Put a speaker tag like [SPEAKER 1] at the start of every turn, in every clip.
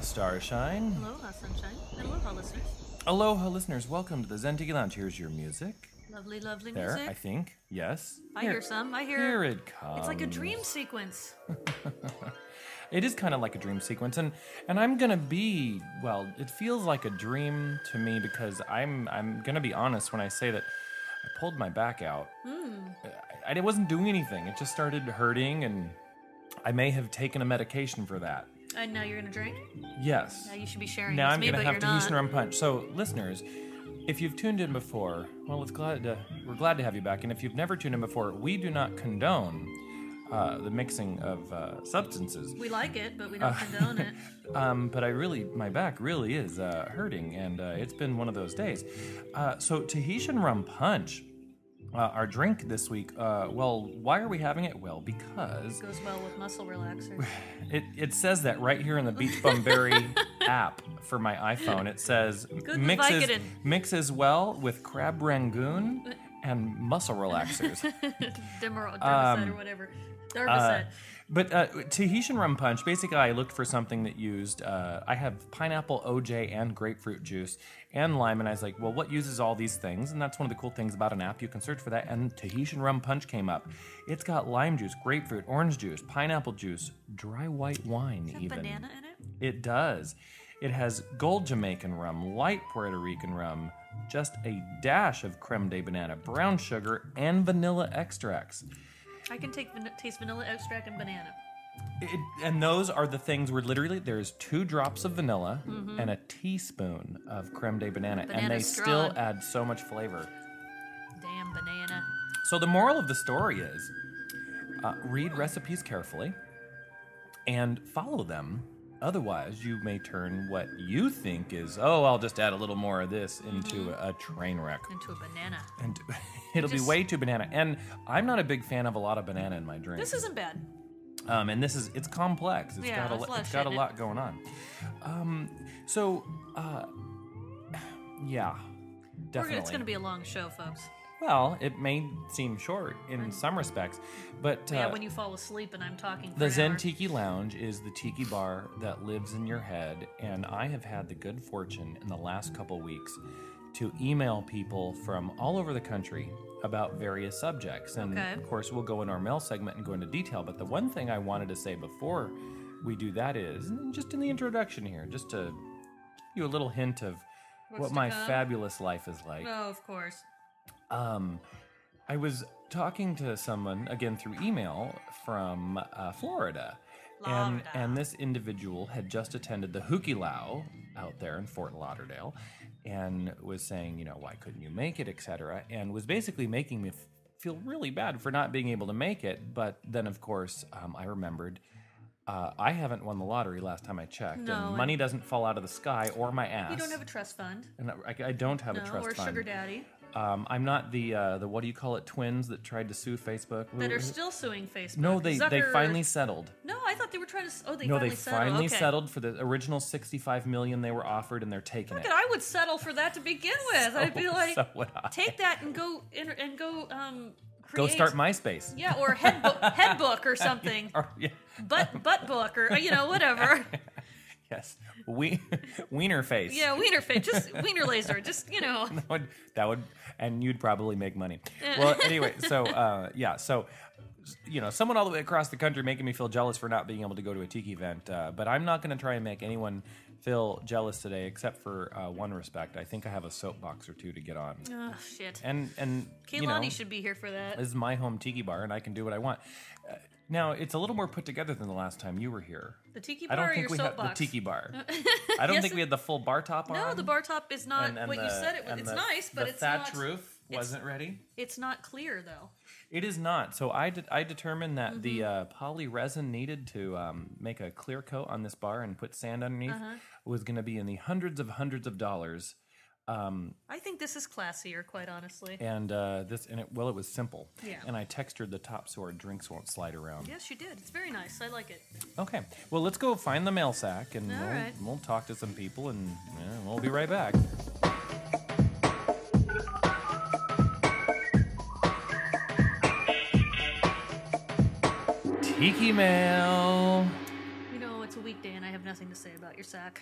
[SPEAKER 1] Starshine.
[SPEAKER 2] Aloha, uh, sunshine. And aloha, listeners.
[SPEAKER 1] Aloha, listeners. Welcome to the Zendigi Lounge. Here's your music.
[SPEAKER 2] Lovely, lovely
[SPEAKER 1] There,
[SPEAKER 2] music.
[SPEAKER 1] I think. Yes.
[SPEAKER 2] I hear some. I hear.
[SPEAKER 1] Here it comes.
[SPEAKER 2] It's like a dream sequence.
[SPEAKER 1] It is kind of like a dream sequence, and and I'm gonna be well. It feels like a dream to me because I'm I'm gonna be honest when I say that I pulled my back out.
[SPEAKER 2] Hmm.
[SPEAKER 1] I, I wasn't doing anything. It just started hurting, and I may have taken a medication for that.
[SPEAKER 2] And Uh, now you're gonna drink.
[SPEAKER 1] Yes.
[SPEAKER 2] Now you should be sharing.
[SPEAKER 1] now
[SPEAKER 2] with
[SPEAKER 1] I'm
[SPEAKER 2] me,
[SPEAKER 1] gonna
[SPEAKER 2] but
[SPEAKER 1] have
[SPEAKER 2] you're
[SPEAKER 1] to
[SPEAKER 2] not.
[SPEAKER 1] use and punch. So, listeners, if you've tuned in before, well, it's glad to, we're glad to have you back. And if you've never tuned in before, we do not condone uh, the mixing of uh, substances.
[SPEAKER 2] We like it, but we
[SPEAKER 1] Uh.
[SPEAKER 2] don't condone it.
[SPEAKER 1] Um, but I really, my back really is uh, hurting, and uh, it's been one of those days. Uh, so Tahitian rum punch, uh, our drink this week. Uh, well, why are we having it? Well, because
[SPEAKER 2] Goes well with muscle relaxers.
[SPEAKER 1] it, it says that right here in the Beach Bum Berry app for my iPhone. It says
[SPEAKER 2] with
[SPEAKER 1] mixes
[SPEAKER 2] Vicodin.
[SPEAKER 1] mixes well with crab rangoon and muscle relaxers. Uh,
[SPEAKER 2] Demer- Dermacet or whatever. Dermacet.
[SPEAKER 1] But Um, uh, Tahitian rum punch. Basically, I looked for something that used. Uh, I have pineapple OJ and grapefruit juice and lime, and I was like, well, what uses all these things? And that's one of the cool things about an app. You can search for that, and Tahitian rum punch came up. It's got lime juice, grapefruit, orange juice, pineapple juice, dry white wine,
[SPEAKER 2] Got
[SPEAKER 1] even.
[SPEAKER 2] banana in it.
[SPEAKER 1] It does. It has gold Jamaican rum, light Puerto Rican rum, just a dash of creme de banana, brown sugar, and vanilla extracts.
[SPEAKER 2] I can take van- taste vanilla extract and banana.
[SPEAKER 1] It, and those are the things where literally there's two drops of vanilla and a teaspoon of creme de banana, and
[SPEAKER 2] Banana
[SPEAKER 1] they
[SPEAKER 2] straw.
[SPEAKER 1] still add so much flavor.
[SPEAKER 2] Damn banana.
[SPEAKER 1] So the moral of the story is uh, read recipes carefully and follow them. Otherwise, you may turn what you think is, oh, I'll just add a little more of this into a, a train wreck.
[SPEAKER 2] Into a banana.
[SPEAKER 1] And it'll be
[SPEAKER 2] Mm-hmm. Just-
[SPEAKER 1] way too banana. And I'm not a big fan of a lot of banana in my drink.
[SPEAKER 2] This isn't bad.
[SPEAKER 1] Um, and this is it's complex. It's
[SPEAKER 2] Yeah,
[SPEAKER 1] got a,
[SPEAKER 2] there's
[SPEAKER 1] lo-
[SPEAKER 2] a lot of
[SPEAKER 1] it's
[SPEAKER 2] shit
[SPEAKER 1] got a
[SPEAKER 2] in it.
[SPEAKER 1] lot going on. Um, so uh, yeah,
[SPEAKER 2] We're-
[SPEAKER 1] definitely.
[SPEAKER 2] It's gonna be a long show, folks.
[SPEAKER 1] well, it may seem short in some respects, but uh,
[SPEAKER 2] yeah, when you fall asleep and I'm talking. For
[SPEAKER 1] the
[SPEAKER 2] an
[SPEAKER 1] Zen
[SPEAKER 2] hour.
[SPEAKER 1] Tiki Lounge is the tiki bar that lives in your head, and I have had the good fortune in the last couple weeks to email people from all over the country about various subjects. And
[SPEAKER 2] Okay.
[SPEAKER 1] of course, we'll go in our mail segment and go into detail. But the one thing I wanted to say before we do that is and just in the introduction here, just to give you a little hint of
[SPEAKER 2] What's
[SPEAKER 1] what
[SPEAKER 2] to
[SPEAKER 1] my
[SPEAKER 2] come?
[SPEAKER 1] fabulous life is like.
[SPEAKER 2] No, Oh, of course.
[SPEAKER 1] Um, I was talking to someone again through email from uh, Florida. And,
[SPEAKER 2] Florida.
[SPEAKER 1] and this individual had just attended the Hukilau out there in Fort Lauderdale and was saying, you know, why couldn't you make it, etc. And was basically making me f- feel really bad for not being able to make it. But then, of course, um, I remembered uh, I haven't won the lottery last time I checked.
[SPEAKER 2] No,
[SPEAKER 1] and
[SPEAKER 2] and-
[SPEAKER 1] money doesn't fall out of the sky or my ass.
[SPEAKER 2] You don't have a trust fund.
[SPEAKER 1] and I, I don't have a
[SPEAKER 2] No,
[SPEAKER 1] trust
[SPEAKER 2] or
[SPEAKER 1] fund.
[SPEAKER 2] sugar daddy
[SPEAKER 1] Um, I'm not the uh, the what do you call it twins that tried to sue Facebook.
[SPEAKER 2] that are still suing Facebook.
[SPEAKER 1] no, they they
[SPEAKER 2] Zucker-
[SPEAKER 1] finally settled.
[SPEAKER 2] No, I thought they were trying to. s- Oh, they
[SPEAKER 1] no,
[SPEAKER 2] finally
[SPEAKER 1] they
[SPEAKER 2] settled.
[SPEAKER 1] finally
[SPEAKER 2] okay.
[SPEAKER 1] settled for the original 65 million they were offered, and they're taking
[SPEAKER 2] Look
[SPEAKER 1] it.
[SPEAKER 2] at- I would settle for that to begin with. I'd be
[SPEAKER 1] So-
[SPEAKER 2] like,
[SPEAKER 1] so would I.
[SPEAKER 2] take that and go and, and go um.
[SPEAKER 1] Go
[SPEAKER 2] Create,
[SPEAKER 1] start MySpace.
[SPEAKER 2] Yeah, or head book, head book or something,
[SPEAKER 1] Or- yeah,
[SPEAKER 2] butt butt book or you know whatever.
[SPEAKER 1] yes, we wiener face.
[SPEAKER 2] Yeah, wiener fit, just wiener laser, just you know.
[SPEAKER 1] That would, that would and you'd probably make money. Well, anyway, so uh, yeah, so you know, someone all the way across the country making me feel jealous for not being able to go to a tiki event. Uh, but I'm not going to try and make anyone feel jealous today, except for uh, one respect. I think I have a soapbox or two to get on,
[SPEAKER 2] Oh shit,
[SPEAKER 1] and and
[SPEAKER 2] Kaylani
[SPEAKER 1] you know,
[SPEAKER 2] should be here for that.
[SPEAKER 1] this is my home tiki bar, and I can do what I want. Uh, now it's a little more put together than the last time you were here.
[SPEAKER 2] The tiki
[SPEAKER 1] I don't
[SPEAKER 2] bar or
[SPEAKER 1] think
[SPEAKER 2] your
[SPEAKER 1] we had the
[SPEAKER 2] soapbox?
[SPEAKER 1] tiki bar. I don't
[SPEAKER 2] Yes,
[SPEAKER 1] think we had the full bar top on.
[SPEAKER 2] no, the bar top is not
[SPEAKER 1] And- and
[SPEAKER 2] what you
[SPEAKER 1] the-
[SPEAKER 2] said it was.
[SPEAKER 1] and
[SPEAKER 2] It's
[SPEAKER 1] the-
[SPEAKER 2] nice, but
[SPEAKER 1] the
[SPEAKER 2] it's
[SPEAKER 1] thatch
[SPEAKER 2] not.
[SPEAKER 1] roof wasn't ready.
[SPEAKER 2] It's not clear though.
[SPEAKER 1] It is not. So I, de- I determined that the uh,
[SPEAKER 2] Mm-hmm.
[SPEAKER 1] poly resin needed to um, make a clear coat on this bar and put sand underneath
[SPEAKER 2] Uh-huh.
[SPEAKER 1] was going to be in the hundreds of hundreds of dollars.
[SPEAKER 2] I think this is classier, quite honestly.
[SPEAKER 1] And uh, this and it well, it was simple.
[SPEAKER 2] Yeah.
[SPEAKER 1] And I textured the top so our drinks won't slide around.
[SPEAKER 2] Yes, you did. It's very nice. I like it.
[SPEAKER 1] Okay. Well, let's go find the mail sack and
[SPEAKER 2] All
[SPEAKER 1] we'll,
[SPEAKER 2] right.
[SPEAKER 1] we'll talk to some people and yeah, we'll be right back. Tiki mail.
[SPEAKER 2] You know, it's a weekday and I have nothing to say about your sack.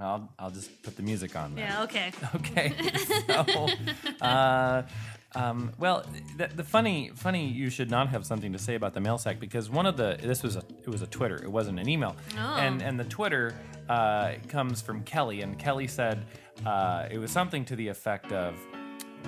[SPEAKER 1] I'll, I'll just put the music on then.
[SPEAKER 2] Yeah, okay.
[SPEAKER 1] Okay. So, uh, um, well, the, the funny, funny, you should not have something to say about the mail sack because one of the this was a it was a Twitter. It wasn't an email.
[SPEAKER 2] Oh.
[SPEAKER 1] And and the Twitter uh, comes from Kelly, and Kelly said uh, it was something to the effect of.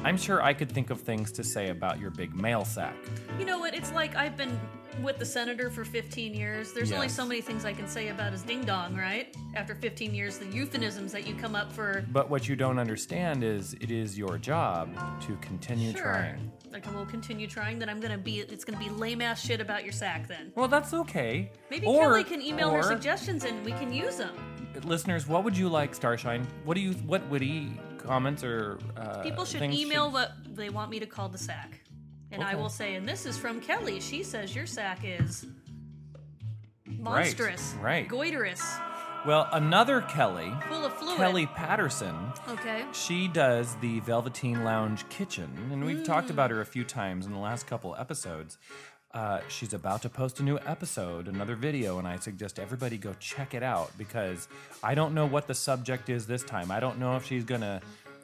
[SPEAKER 1] I'm sure I could think of things to say about your big mail sack.
[SPEAKER 2] You know what? It's like I've been with the senator for 15 years. There's only
[SPEAKER 1] Yes.
[SPEAKER 2] so many things I can say about his ding dong, right? After 15 years, the euphemisms that you come up for.
[SPEAKER 1] But what you don't understand is it is your job to continue
[SPEAKER 2] Sure.
[SPEAKER 1] trying.
[SPEAKER 2] Like I will continue trying. Then I'm gonna be. It's gonna be lame ass shit about your sack. Then
[SPEAKER 1] Well, that's okay.
[SPEAKER 2] maybe
[SPEAKER 1] Or-
[SPEAKER 2] Kelly can email her
[SPEAKER 1] or-
[SPEAKER 2] suggestions and we can use them.
[SPEAKER 1] listeners, what would you like, Starshine? What do you? What witty comments or uh,
[SPEAKER 2] People should
[SPEAKER 1] things
[SPEAKER 2] email what they want me to call the sack. And I
[SPEAKER 1] Okay.
[SPEAKER 2] will say, and this is from Kelly. She says your sack is monstrous,
[SPEAKER 1] right.
[SPEAKER 2] goiterous,
[SPEAKER 1] Well, another Kelly,
[SPEAKER 2] full of fluid.
[SPEAKER 1] Kelly Patterson.
[SPEAKER 2] Okay.
[SPEAKER 1] She does the Velveteen Lounge Kitchen, and we've talked about her a few times in the last couple episodes. Uh, she's about to post a new episode, another video, and I suggest everybody go check it out because I don't know what the subject is this time. I don't know if she's gonna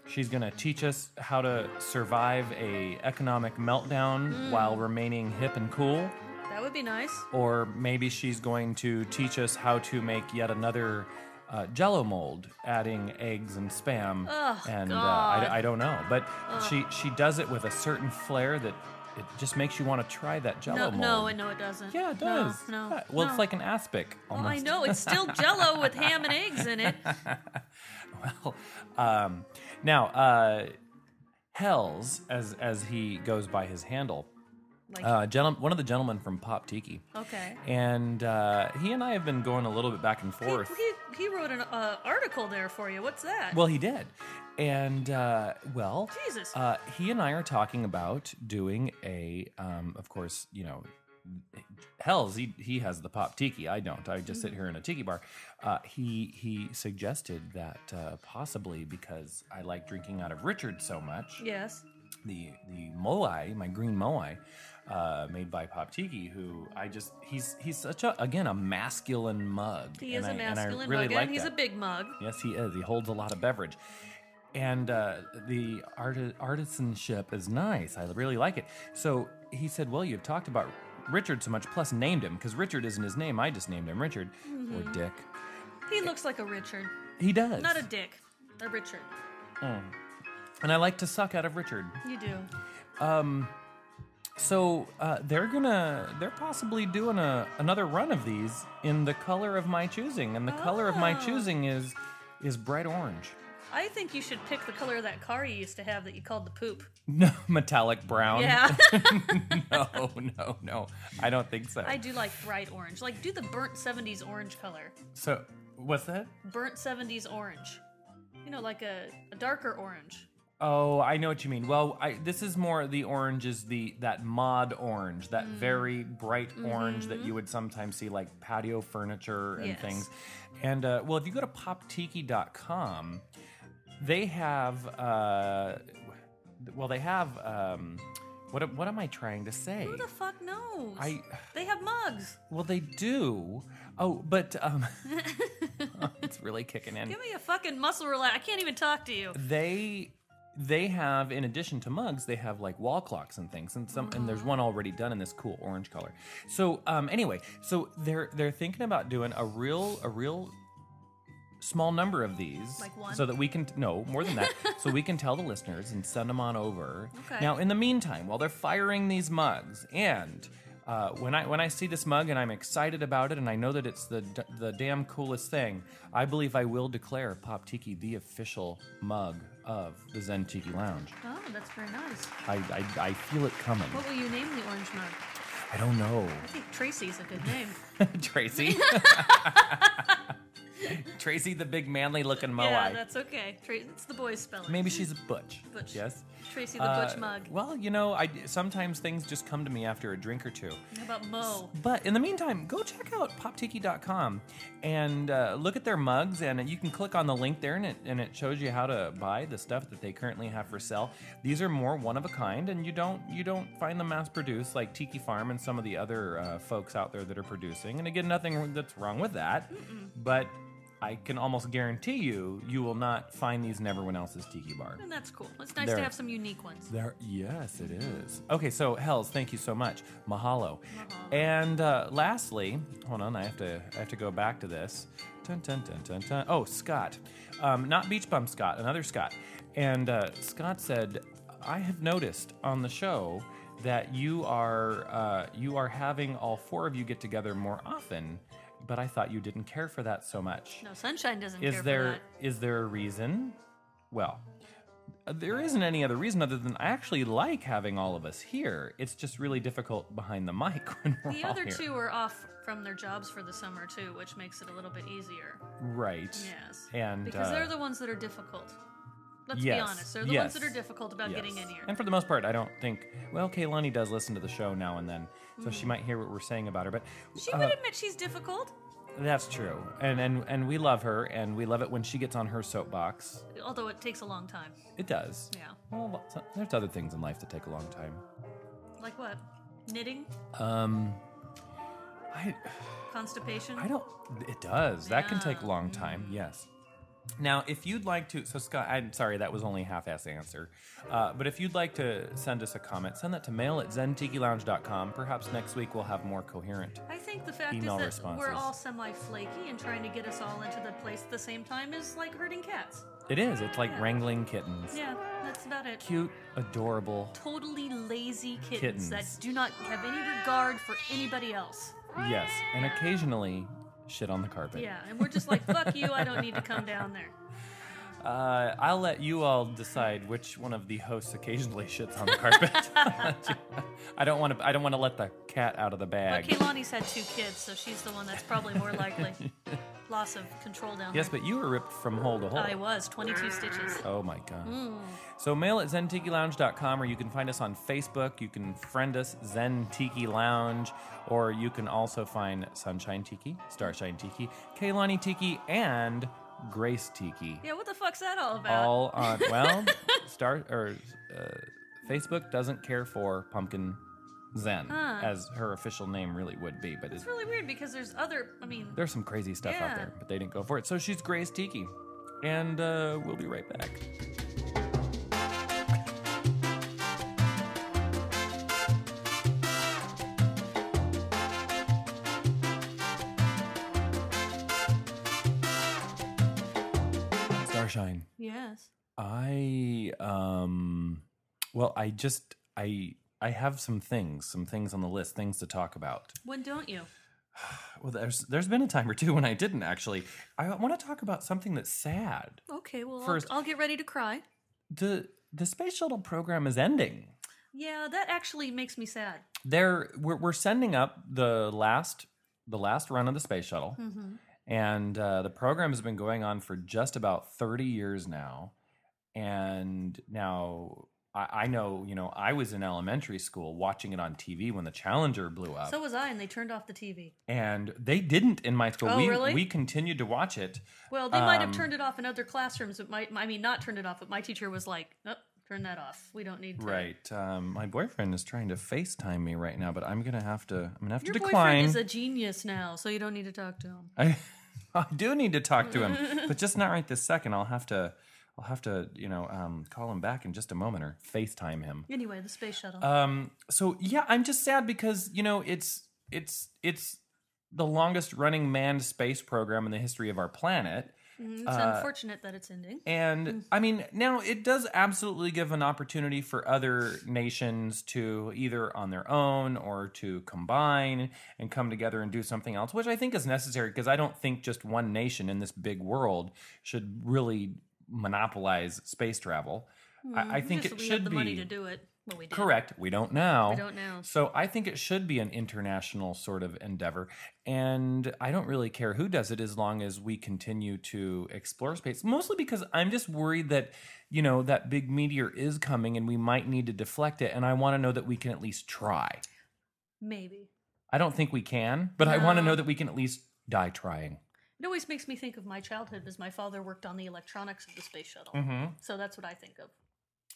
[SPEAKER 1] she's gonna teach us how to survive a economic meltdown while remaining hip and cool.
[SPEAKER 2] That would be nice.
[SPEAKER 1] or maybe she's going to teach us how to make yet another uh, jello mold adding eggs and spam
[SPEAKER 2] Ugh,
[SPEAKER 1] and
[SPEAKER 2] God.
[SPEAKER 1] Uh, I, I don't know but she she does it with a certain flair that it just makes you want to try that jello
[SPEAKER 2] No,
[SPEAKER 1] mold
[SPEAKER 2] no, no, it doesn't.
[SPEAKER 1] yeah it does
[SPEAKER 2] No, no.
[SPEAKER 1] Yeah, well
[SPEAKER 2] no.
[SPEAKER 1] it's like an aspic
[SPEAKER 2] Well,
[SPEAKER 1] almost
[SPEAKER 2] I know it's still Jello with ham and eggs in it.
[SPEAKER 1] Uh, well, um, now uh, hells as as he goes by his handle
[SPEAKER 2] Like,
[SPEAKER 1] uh, gentle- one of the gentlemen from pop tiki
[SPEAKER 2] okay.
[SPEAKER 1] and uh, he and I have been going a little bit back and
[SPEAKER 2] He,
[SPEAKER 1] forth.
[SPEAKER 2] he, he wrote an uh, article there for you. What's that?
[SPEAKER 1] Well, he did. And uh, well,
[SPEAKER 2] Jesus.
[SPEAKER 1] uh, he and I are talking about doing a, um, of course, you know, Hell's he he has the pop tiki. I don't. I just sit
[SPEAKER 2] Mm.
[SPEAKER 1] here in a tiki bar. Uh, he he suggested that uh, possibly because I like drinking out of Richard so much,
[SPEAKER 2] yes.
[SPEAKER 1] the the moai, my green moai, uh, made by Pop Tiki, who I just he's he's such a again a masculine mug.
[SPEAKER 2] He is
[SPEAKER 1] and
[SPEAKER 2] a
[SPEAKER 1] I- and I
[SPEAKER 2] masculine
[SPEAKER 1] really
[SPEAKER 2] mug,
[SPEAKER 1] like
[SPEAKER 2] and he's
[SPEAKER 1] that.
[SPEAKER 2] a big mug.
[SPEAKER 1] Yes, he is. He holds a lot of beverage. And uh, the arti- artisanship is nice. I really like it. So he said, Well, you've talked about Richard so much, plus named him, because Richard isn't his name. I just named him Richard or Dick.
[SPEAKER 2] He looks like a Richard,
[SPEAKER 1] He does.
[SPEAKER 2] Mm-hmm. not a Dick, a Richard.
[SPEAKER 1] and I like to suck out of Richard.
[SPEAKER 2] You do.
[SPEAKER 1] So uh, they're gonna, they're possibly doing a, another run of these in the color of my choosing. And the color of my
[SPEAKER 2] Oh.
[SPEAKER 1] choosing is is bright orange.
[SPEAKER 2] I think you should pick the color of that car you used to have that you called the poop.
[SPEAKER 1] No, metallic brown.
[SPEAKER 2] Yeah,
[SPEAKER 1] no, no, no. I don't think so.
[SPEAKER 2] I do like bright orange. Like, do the burnt '70s orange color.
[SPEAKER 1] So, what's that?
[SPEAKER 2] Burnt '70s orange. You know, like a, a darker orange.
[SPEAKER 1] Oh, I know what you mean. Well, I, this is more the orange is the that mod orange, that
[SPEAKER 2] Mm.
[SPEAKER 1] very bright
[SPEAKER 2] Mm-hmm.
[SPEAKER 1] orange that you would sometimes see like patio furniture and
[SPEAKER 2] Yes.
[SPEAKER 1] things. And uh, well, if you go to poptiki.com, they have uh, well, they have um, what what am I trying to say?
[SPEAKER 2] Who the fuck knows?
[SPEAKER 1] I-
[SPEAKER 2] They have mugs.
[SPEAKER 1] well, they do. Oh, but um, it's really kicking in.
[SPEAKER 2] Give me a fucking muscle relax. I can't even talk to you.
[SPEAKER 1] they they have in addition to mugs they have like wall clocks and things and some and there's
[SPEAKER 2] Mm-hmm.
[SPEAKER 1] one already done in this cool orange color so um anyway so they're they're thinking about doing a real a real small number of these
[SPEAKER 2] Like one?
[SPEAKER 1] so that we can no more than that so we can tell the listeners and send them on over
[SPEAKER 2] Okay.
[SPEAKER 1] now in the meantime while they're firing these mugs and uh, when I when I see this mug and I'm excited about it and I know that it's the d- the damn coolest thing, I believe I will declare Pop Tiki the official mug of the Zen Tiki Lounge.
[SPEAKER 2] Oh, that's very nice.
[SPEAKER 1] I I, I feel it coming.
[SPEAKER 2] What will you name the orange mug?
[SPEAKER 1] I don't know,
[SPEAKER 2] I think Tracy's a good name.
[SPEAKER 1] Tracy. Tracy, the big manly looking moai.
[SPEAKER 2] yeah, that's okay. Tra- it's the boys' spelling.
[SPEAKER 1] Oh, Maybe she's a butch.
[SPEAKER 2] Butch.
[SPEAKER 1] Yes.
[SPEAKER 2] Tracy the
[SPEAKER 1] Uh,
[SPEAKER 2] Butch Mug.
[SPEAKER 1] Well, you know, I sometimes things just come to me after a drink or two.
[SPEAKER 2] How about Mo?
[SPEAKER 1] But in the meantime, go check out poptiki.com and uh, look at their mugs, and you can click on the link there, and it, and it shows you how to buy the stuff that they currently have for sale. These are more one of a kind, and you don't you don't find them mass produced like Tiki Farm and some of the other uh, folks out there that are producing. And again, nothing that's wrong with that, but. I can almost guarantee you, you will not find these in everyone else's tiki bar.
[SPEAKER 2] And that's cool. It's nice
[SPEAKER 1] There.
[SPEAKER 2] to have some unique ones.
[SPEAKER 1] There, yes, it is. Okay, so Hells, thank you so much. Mahalo. And uh, lastly, hold on, I have to, I have to go back to this. Dun, dun, dun, dun, dun. Oh, Scott, um, not Beach Bum Scott, another Scott. And uh, Scott said, I have noticed on the show that you are, uh, you are having all four of you get together more often, but I thought you didn't care for that so much
[SPEAKER 2] No, Sunshine doesn't
[SPEAKER 1] is
[SPEAKER 2] care
[SPEAKER 1] there
[SPEAKER 2] for
[SPEAKER 1] is
[SPEAKER 2] that.
[SPEAKER 1] there a reason well there isn't any other reason other than i actually like having all of us here it's just really difficult behind the mic when we're
[SPEAKER 2] The
[SPEAKER 1] all
[SPEAKER 2] other
[SPEAKER 1] here.
[SPEAKER 2] two are off from their jobs for the summer too, which makes it a little bit easier.
[SPEAKER 1] right
[SPEAKER 2] Yes.
[SPEAKER 1] and
[SPEAKER 2] because
[SPEAKER 1] uh,
[SPEAKER 2] they're the ones that are difficult. Let's be
[SPEAKER 1] yes,
[SPEAKER 2] honest. They're the ones that
[SPEAKER 1] yes,
[SPEAKER 2] are difficult about getting
[SPEAKER 1] yes.
[SPEAKER 2] in here.
[SPEAKER 1] and for the most part i don't think well kaylani does listen to the show now and then so she might hear what we're saying about her but
[SPEAKER 2] Mm. she
[SPEAKER 1] uh,
[SPEAKER 2] would admit she's difficult.
[SPEAKER 1] that's true and, and and we love her and we love it when she gets on her soapbox
[SPEAKER 2] Although it takes a long time.
[SPEAKER 1] it does
[SPEAKER 2] Yeah.
[SPEAKER 1] well lots- there's other things in life that take a long time
[SPEAKER 2] Like what? Knitting?
[SPEAKER 1] um i
[SPEAKER 2] Constipation?
[SPEAKER 1] I don't. It does. That can take a
[SPEAKER 2] Yeah.
[SPEAKER 1] long time. Yes. Now, if you'd like to, so Scott, I'm sorry, that was only a half-ass answer. Uh, but if you'd like to send us a comment, send that to mail at zentikilounge.com. Perhaps next week we'll have more coherent.
[SPEAKER 2] I think the fact is
[SPEAKER 1] Email
[SPEAKER 2] that
[SPEAKER 1] responses.
[SPEAKER 2] we're all semi flaky and trying to get us all into the place at the same time is like herding cats.
[SPEAKER 1] It is. It's like wrangling kittens.
[SPEAKER 2] Yeah, that's about it.
[SPEAKER 1] Cute, adorable.
[SPEAKER 2] Totally lazy
[SPEAKER 1] Kittens.
[SPEAKER 2] kittens, that do not have any regard for anybody else.
[SPEAKER 1] Yes. And occasionally, shit on the carpet.
[SPEAKER 2] Yeah, and we're just like, fuck you, I don't need to come down there.
[SPEAKER 1] Uh, I'll let you all decide which one of the hosts occasionally shits on the carpet. I don't want to. I don't want to let the cat out of the
[SPEAKER 2] But
[SPEAKER 1] bag.
[SPEAKER 2] Kaylani's had two kids, so she's the one that's probably more likely. Loss of control down
[SPEAKER 1] Yes,
[SPEAKER 2] there.
[SPEAKER 1] but you were ripped from hole to hole.
[SPEAKER 2] I was 22 stitches.
[SPEAKER 1] Oh my god. So mail at zentikilounge.com or you can find us on Facebook. You can friend us, Zen Tiki Lounge, or you can also find Sunshine Tiki, Starshine Tiki, Kaylani Tiki, and Grace Tiki.
[SPEAKER 2] Yeah, what the fuck's that all about?
[SPEAKER 1] All on well, Star or uh, Facebook doesn't care for Pumpkin Zen as her official name really would be, but it's,
[SPEAKER 2] it's really weird because there's other. I mean,
[SPEAKER 1] there's some crazy stuff out
[SPEAKER 2] Yeah.
[SPEAKER 1] there, but they didn't go for it. So she's Grace Tiki, and uh, we'll be right back. Starshine,
[SPEAKER 2] yes.
[SPEAKER 1] I um, well, I just I I have some things, some things on the list, things to talk about.
[SPEAKER 2] When don't you?
[SPEAKER 1] Well, there's there's been a time or two when I didn't actually. I want to talk about something that's sad.
[SPEAKER 2] Okay, well, I'll-
[SPEAKER 1] First-
[SPEAKER 2] I'll get ready to cry.
[SPEAKER 1] The the space shuttle program is ending.
[SPEAKER 2] Yeah, that actually makes me sad.
[SPEAKER 1] They're we're, we're sending up the last the last run of the space shuttle,
[SPEAKER 2] Mm-hmm.
[SPEAKER 1] and uh, the program has been going on for just about thirty years now. And now I, I know you know I was in elementary school watching it on TV when the Challenger blew up.
[SPEAKER 2] So was I, and they turned off the TV.
[SPEAKER 1] and they didn't in my school.
[SPEAKER 2] Oh,
[SPEAKER 1] we
[SPEAKER 2] really?
[SPEAKER 1] we continued to watch it.
[SPEAKER 2] Well, they might
[SPEAKER 1] Um,
[SPEAKER 2] have turned it off in other classrooms. But my, I mean, not turned it off, but my teacher was like, nope, turn that off. We don't need to.
[SPEAKER 1] Right. Um, my boyfriend is trying to FaceTime me right now, but I'm gonna have to. I'm gonna have
[SPEAKER 2] Your
[SPEAKER 1] to
[SPEAKER 2] boyfriend
[SPEAKER 1] decline.
[SPEAKER 2] is a genius now, so you don't need to talk to him.
[SPEAKER 1] I, I do need to talk to him, but just not right this second. I'll have to. I'll have to, you know, um, call him back in just a moment or FaceTime him.
[SPEAKER 2] Anyway, the space shuttle.
[SPEAKER 1] Um, so yeah, I'm just sad because you know it's it's it's the longest running manned space program in the history of our planet.
[SPEAKER 2] it's unfortunate that it's ending.
[SPEAKER 1] And uh, I mean, now it does absolutely give an opportunity for other nations to either on their own or to combine and come together and do something else, which I think is necessary because I don't think just one nation in this big world should really monopolize space travel. I, I think
[SPEAKER 2] Mm, Just
[SPEAKER 1] it
[SPEAKER 2] we
[SPEAKER 1] should
[SPEAKER 2] have the
[SPEAKER 1] be
[SPEAKER 2] money to do it. Well, we did.
[SPEAKER 1] correct. We don't know.
[SPEAKER 2] We don't know.
[SPEAKER 1] So I think it should be an international sort of endeavor. And I don't really care who does it as long as we continue to explore space. Mostly because I'm just worried that, you know, that big meteor is coming and we might need to deflect it. And I want to know that we can at least try.
[SPEAKER 2] Maybe.
[SPEAKER 1] I don't think we can, but I want to
[SPEAKER 2] No.
[SPEAKER 1] know that we can at least die trying.
[SPEAKER 2] It always
[SPEAKER 1] Mm.
[SPEAKER 2] makes Mm-hmm. me think of my childhood because my father worked on the electronics of the space shuttle. So that's what I think of.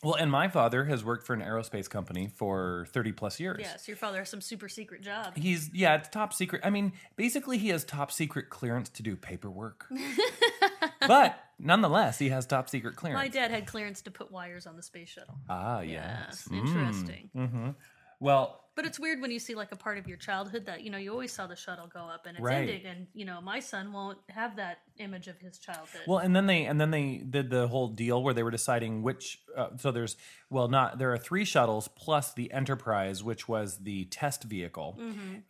[SPEAKER 1] Well, and my father has worked for an aerospace company for 30 plus years.
[SPEAKER 2] Yes, your father has some super secret job.
[SPEAKER 1] He's, yeah, it's top secret. I mean, basically, he has top secret clearance to do paperwork. but nonetheless, he has top secret clearance.
[SPEAKER 2] My dad had clearance to put wires on the space shuttle.
[SPEAKER 1] ah,
[SPEAKER 2] Yes,
[SPEAKER 1] yes.
[SPEAKER 2] interesting.
[SPEAKER 1] hmm Well,
[SPEAKER 2] But it's weird when you see like a part of your childhood that you know you always saw the shuttle go up and it's
[SPEAKER 1] Right.
[SPEAKER 2] ending, and you know my son won't have that image of his childhood.
[SPEAKER 1] Well, and then they and then they did the whole deal where they were deciding which. Uh, so there's well, not there are three shuttles plus the Enterprise, which was the test vehicle,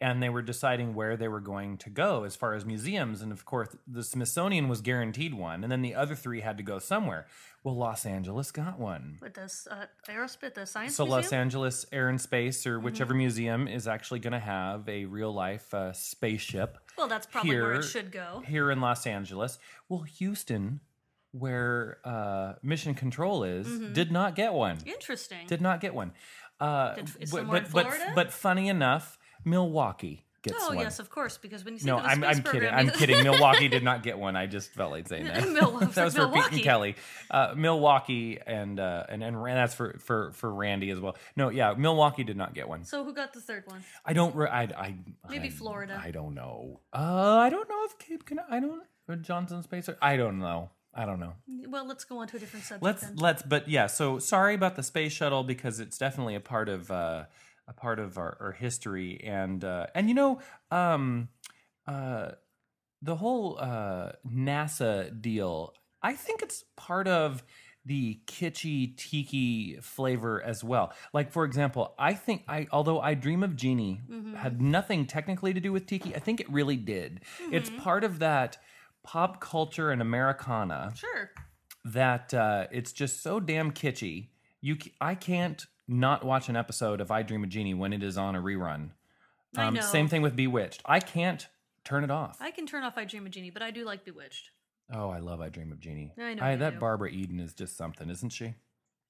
[SPEAKER 1] and they were deciding where they were going to go as far as museums. And of course, the Smithsonian was guaranteed one, and then the other three had to go somewhere. Well, Los Angeles got one.
[SPEAKER 2] but this uh, aerospace, the science
[SPEAKER 1] So
[SPEAKER 2] museum.
[SPEAKER 1] Los Angeles Air and Space, or whichever
[SPEAKER 2] Mm-hmm.
[SPEAKER 1] museum, is actually going to have a real life uh, spaceship
[SPEAKER 2] well, that's probably where
[SPEAKER 1] here-
[SPEAKER 2] it should go.
[SPEAKER 1] here in Los Angeles. Well, Houston, where uh, Mission Control is,
[SPEAKER 2] Mm-hmm.
[SPEAKER 1] did not get one.
[SPEAKER 2] Interesting.
[SPEAKER 1] Did not get one. Uh,
[SPEAKER 2] Did- is
[SPEAKER 1] but-
[SPEAKER 2] somewhere in
[SPEAKER 1] but,
[SPEAKER 2] Florida?
[SPEAKER 1] But, but funny enough, Milwaukee gets
[SPEAKER 2] oh
[SPEAKER 1] one.
[SPEAKER 2] yes, of course, because when you think
[SPEAKER 1] no,
[SPEAKER 2] of the
[SPEAKER 1] I'm,
[SPEAKER 2] space
[SPEAKER 1] I'm kidding.
[SPEAKER 2] program,
[SPEAKER 1] I'm
[SPEAKER 2] you-
[SPEAKER 1] kidding. Milwaukee did not get one. I just felt like saying that.
[SPEAKER 2] Mil-
[SPEAKER 1] that was for Pete
[SPEAKER 2] Milwaukee.
[SPEAKER 1] and Kelly. Uh, Milwaukee and, uh, and and Ran- that's for, for for Randy as well. No, yeah, Milwaukee did not get one.
[SPEAKER 2] so who got the third one?
[SPEAKER 1] I don't. Re- I, I
[SPEAKER 2] Maybe
[SPEAKER 1] I-
[SPEAKER 2] Florida.
[SPEAKER 1] I don't know. Uh, I don't know if Cape Can. I don't. Or Johnson Spacer. I don't know. I don't know.
[SPEAKER 2] Well, let's go on to a different subject.
[SPEAKER 1] Let's
[SPEAKER 2] then.
[SPEAKER 1] let's. But yeah. So sorry about the space shuttle because it's definitely a part of uh, a part of our, our history and uh, and you know um, uh, the whole uh, NASA deal. I think it's part of the kitschy tiki flavor as well. Like for example, I think I although I Dream of Genie had nothing technically to do with tiki, I think it really did. It's part of that pop culture and Americana
[SPEAKER 2] sure.
[SPEAKER 1] that uh, it's just so damn kitschy. You, c- I can't not watch an episode of I Dream of Genie when it is on a rerun. Um,
[SPEAKER 2] I know.
[SPEAKER 1] Same thing with Bewitched. I can't turn it off.
[SPEAKER 2] I can turn off I Dream of Genie, but I do like Bewitched.
[SPEAKER 1] oh, I love I Dream of Genie.
[SPEAKER 2] I know you
[SPEAKER 1] that
[SPEAKER 2] do.
[SPEAKER 1] Barbara Eden is just something, isn't she?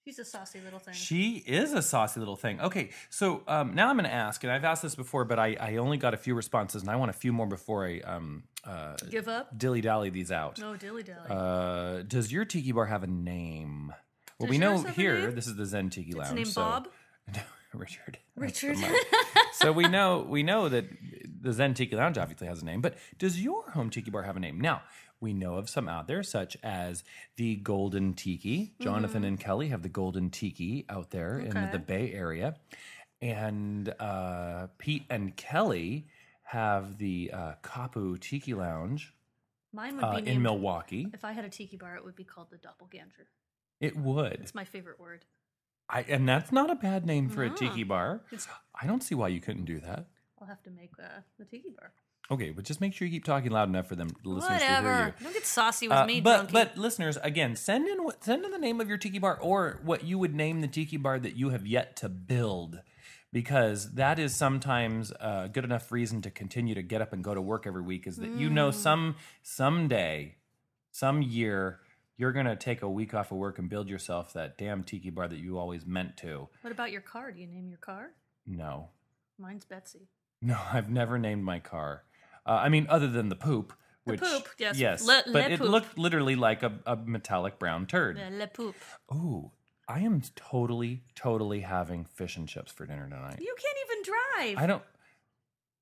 [SPEAKER 2] She's a saucy little thing.
[SPEAKER 1] She is a saucy little thing. Okay, so um, now I'm going to ask, and I've asked this before, but I, I only got a few responses, and I want a few more before I um, uh,
[SPEAKER 2] Give up?
[SPEAKER 1] dilly dally these out.
[SPEAKER 2] No dilly dally.
[SPEAKER 1] Uh, does your tiki bar have a name? Well,
[SPEAKER 2] Does
[SPEAKER 1] we know
[SPEAKER 2] yours have a
[SPEAKER 1] here
[SPEAKER 2] name?
[SPEAKER 1] this is the Zen Tiki Lounge.
[SPEAKER 2] His name
[SPEAKER 1] so-
[SPEAKER 2] Bob.
[SPEAKER 1] Richard.
[SPEAKER 2] Richard.
[SPEAKER 1] so we know we know that the Zen Tiki Lounge obviously has a name, but does your home tiki bar have a name? Now we know of some out there, such as the Golden Tiki. Jonathan and Kelly have the Golden Tiki out there in
[SPEAKER 2] Mm-hmm. Okay.
[SPEAKER 1] the Bay Area, and uh, Pete and Kelly have the uh, Kapu Tiki Lounge
[SPEAKER 2] Mine would
[SPEAKER 1] uh,
[SPEAKER 2] be
[SPEAKER 1] in
[SPEAKER 2] named.
[SPEAKER 1] Milwaukee.
[SPEAKER 2] if I had a tiki bar, it would be called the doppelganger.
[SPEAKER 1] It would,
[SPEAKER 2] It's my favorite word.
[SPEAKER 1] I, and that's not a bad name for a
[SPEAKER 2] No.
[SPEAKER 1] tiki bar.
[SPEAKER 2] It's-
[SPEAKER 1] I don't see why you couldn't do that.
[SPEAKER 2] I'll have to make uh, the tiki bar.
[SPEAKER 1] Okay, but just make sure you keep talking loud enough for them the listeners to hear you.
[SPEAKER 2] Whatever. Don't get saucy with
[SPEAKER 1] Uh,
[SPEAKER 2] me,
[SPEAKER 1] but
[SPEAKER 2] drunkie.
[SPEAKER 1] but listeners, again, send in what send in the name of your tiki bar or what you would name the tiki bar that you have yet to build, because that is sometimes a good enough reason to continue to get up and go to work every week. Is that you
[SPEAKER 2] Mm.
[SPEAKER 1] know some someday, some year, you're gonna take a week off of work and build yourself that damn tiki bar that you always meant to.
[SPEAKER 2] what about your car? Do you name your car?
[SPEAKER 1] No,
[SPEAKER 2] Mine's Betsy.
[SPEAKER 1] no, I've never named my car. Uh, I mean, other than the poop. Which,
[SPEAKER 2] poop, yes.
[SPEAKER 1] yes,
[SPEAKER 2] Le-
[SPEAKER 1] but
[SPEAKER 2] le
[SPEAKER 1] it
[SPEAKER 2] poop.
[SPEAKER 1] looked literally like a, a metallic brown turd.
[SPEAKER 2] Le, le poop.
[SPEAKER 1] Ooh, I am totally, totally having fish and chips for dinner tonight.
[SPEAKER 2] You can't even drive.
[SPEAKER 1] I don't.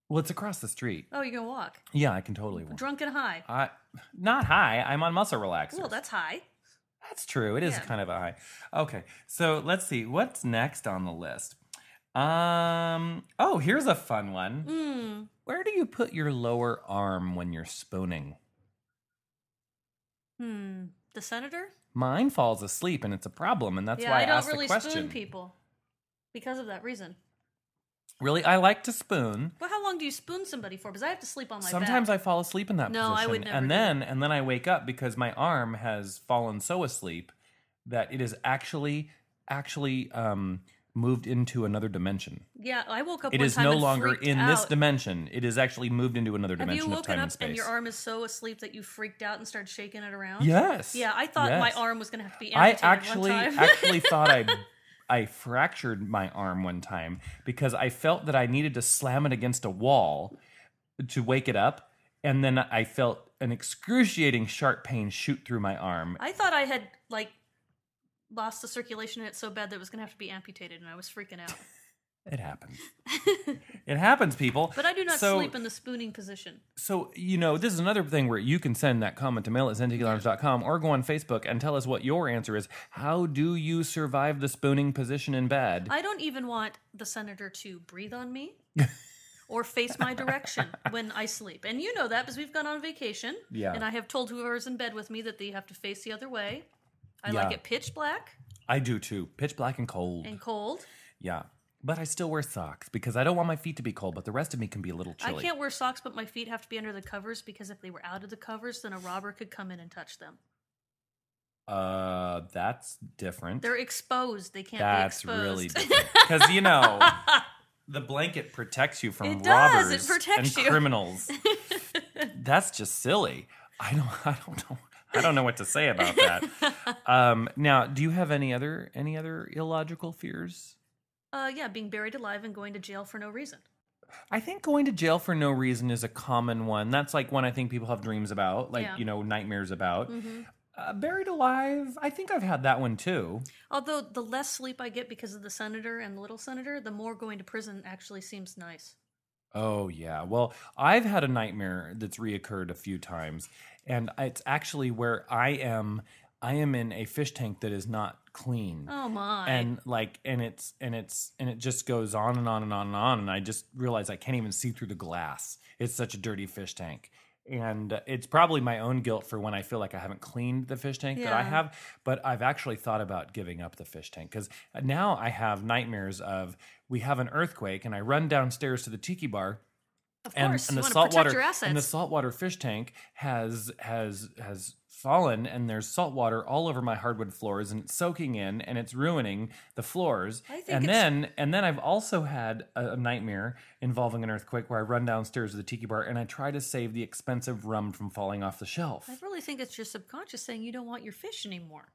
[SPEAKER 1] Well, it's across the street.
[SPEAKER 2] oh, you can walk.
[SPEAKER 1] Yeah, I can totally. Walk.
[SPEAKER 2] Drunk and high.
[SPEAKER 1] I not high. I'm on muscle relaxers.
[SPEAKER 2] Well, that's high.
[SPEAKER 1] that's true. It is
[SPEAKER 2] Yeah.
[SPEAKER 1] kind of a high. Okay, so let's see what's next on the list. Um. Oh, here's a fun one.
[SPEAKER 2] Mm.
[SPEAKER 1] Where do you put your lower arm when you're spooning?
[SPEAKER 2] Hmm. The senator?
[SPEAKER 1] Mine falls asleep, and it's a problem, and that's
[SPEAKER 2] yeah,
[SPEAKER 1] why I,
[SPEAKER 2] I don't
[SPEAKER 1] asked
[SPEAKER 2] really
[SPEAKER 1] the question.
[SPEAKER 2] spoon people because of that reason.
[SPEAKER 1] Really, I like to spoon.
[SPEAKER 2] Well, how long do you spoon somebody for? Because I have to sleep on Oh, my
[SPEAKER 1] Sometimes
[SPEAKER 2] back.
[SPEAKER 1] I fall asleep in that
[SPEAKER 2] No,
[SPEAKER 1] position.
[SPEAKER 2] I would never
[SPEAKER 1] and
[SPEAKER 2] do
[SPEAKER 1] then and then I wake up because my arm has fallen so asleep that it is actually actually um moved into another dimension.
[SPEAKER 2] yeah, I woke up.
[SPEAKER 1] It
[SPEAKER 2] one
[SPEAKER 1] is
[SPEAKER 2] time
[SPEAKER 1] no
[SPEAKER 2] and
[SPEAKER 1] longer
[SPEAKER 2] freaked
[SPEAKER 1] in this
[SPEAKER 2] out.
[SPEAKER 1] dimension. It is actually moved into another
[SPEAKER 2] Have you
[SPEAKER 1] dimension of
[SPEAKER 2] woken
[SPEAKER 1] time
[SPEAKER 2] up
[SPEAKER 1] and space.
[SPEAKER 2] and your arm is so asleep that you freaked out and started shaking it around?
[SPEAKER 1] yes.
[SPEAKER 2] Yeah, I thought my
[SPEAKER 1] Yes.
[SPEAKER 2] arm was going to have to be
[SPEAKER 1] I
[SPEAKER 2] amputated
[SPEAKER 1] actually
[SPEAKER 2] one time.
[SPEAKER 1] actually thought I I fractured my arm one time because I felt that I needed to slam it against a wall to wake it up, and then I felt an excruciating sharp pain shoot through my arm.
[SPEAKER 2] I thought I had like lost the circulation in it so bad that it was going to have to be amputated, and I was freaking out.
[SPEAKER 1] It happens. it happens, people.
[SPEAKER 2] But I do not
[SPEAKER 1] So-
[SPEAKER 2] sleep in the spooning position.
[SPEAKER 1] So, you know, this is another thing where you can send that comment to mail at zentigalarms.com or go on Facebook and tell us what your answer is. How do you survive the spooning position in bed?
[SPEAKER 2] I don't even want the senator to breathe on me or face my direction when I sleep. And you know that because we've gone on vacation.
[SPEAKER 1] Yeah.
[SPEAKER 2] And I have told whoever's in bed with me that they have to face the other way. I like
[SPEAKER 1] Yeah.
[SPEAKER 2] it pitch black
[SPEAKER 1] I do too. Pitch black and cold.
[SPEAKER 2] and cold.
[SPEAKER 1] Yeah. But I still wear socks because I don't want my feet to be cold, but the rest of me can be a little chilly.
[SPEAKER 2] I can't wear socks, but my feet have to be under the covers because if they were out of the covers, then a robber could come in and touch them.
[SPEAKER 1] Uh, that's different.
[SPEAKER 2] They're exposed. They can't
[SPEAKER 1] that's
[SPEAKER 2] be exposed.
[SPEAKER 1] really different. Because, you know, the blanket protects you from
[SPEAKER 2] It does.
[SPEAKER 1] robbers
[SPEAKER 2] It protects
[SPEAKER 1] and
[SPEAKER 2] you.
[SPEAKER 1] criminals. that's just silly. I don't, I don't know. I don't know what to say about that. Um, now, do you have any other any other illogical fears?
[SPEAKER 2] uh, yeah, being buried alive and going to jail for no reason.
[SPEAKER 1] I think going to jail for no reason is a common one. That's like one I think people have dreams about, like
[SPEAKER 2] Yeah.
[SPEAKER 1] you know, nightmares about.
[SPEAKER 2] hmm
[SPEAKER 1] Uh, buried alive. I think I've had that one too.
[SPEAKER 2] Although the less sleep I get because of the senator and the little senator, the more going to prison actually seems nice.
[SPEAKER 1] Oh yeah. Well, I've had a nightmare that's reoccurred a few times, and it's actually where I am. I am in a fish tank that is not clean.
[SPEAKER 2] Oh my!
[SPEAKER 1] and like and it's and it's and it just goes on and on and on and on and i just realize i can't even see through the glass it's such a dirty fish tank and uh, it's probably my own guilt for when i feel like i haven't cleaned the fish tank that i
[SPEAKER 2] Yeah.
[SPEAKER 1] have but i've actually thought about giving up the fish tank because now i have nightmares of we have an earthquake and i run downstairs to the tiki bar
[SPEAKER 2] of
[SPEAKER 1] and,
[SPEAKER 2] course,
[SPEAKER 1] and
[SPEAKER 2] you
[SPEAKER 1] the
[SPEAKER 2] want to protect
[SPEAKER 1] saltwater
[SPEAKER 2] your assets.
[SPEAKER 1] and the saltwater fish tank has has has fallen and there's salt water all over my hardwood floors and it's soaking in and it's ruining the floors
[SPEAKER 2] I think
[SPEAKER 1] and
[SPEAKER 2] it's-
[SPEAKER 1] then and then i've also had a, a nightmare involving an earthquake where i run downstairs to the tiki bar and i try to save the expensive rum from falling off the shelf
[SPEAKER 2] I really think it's your subconscious saying you don't want your fish anymore.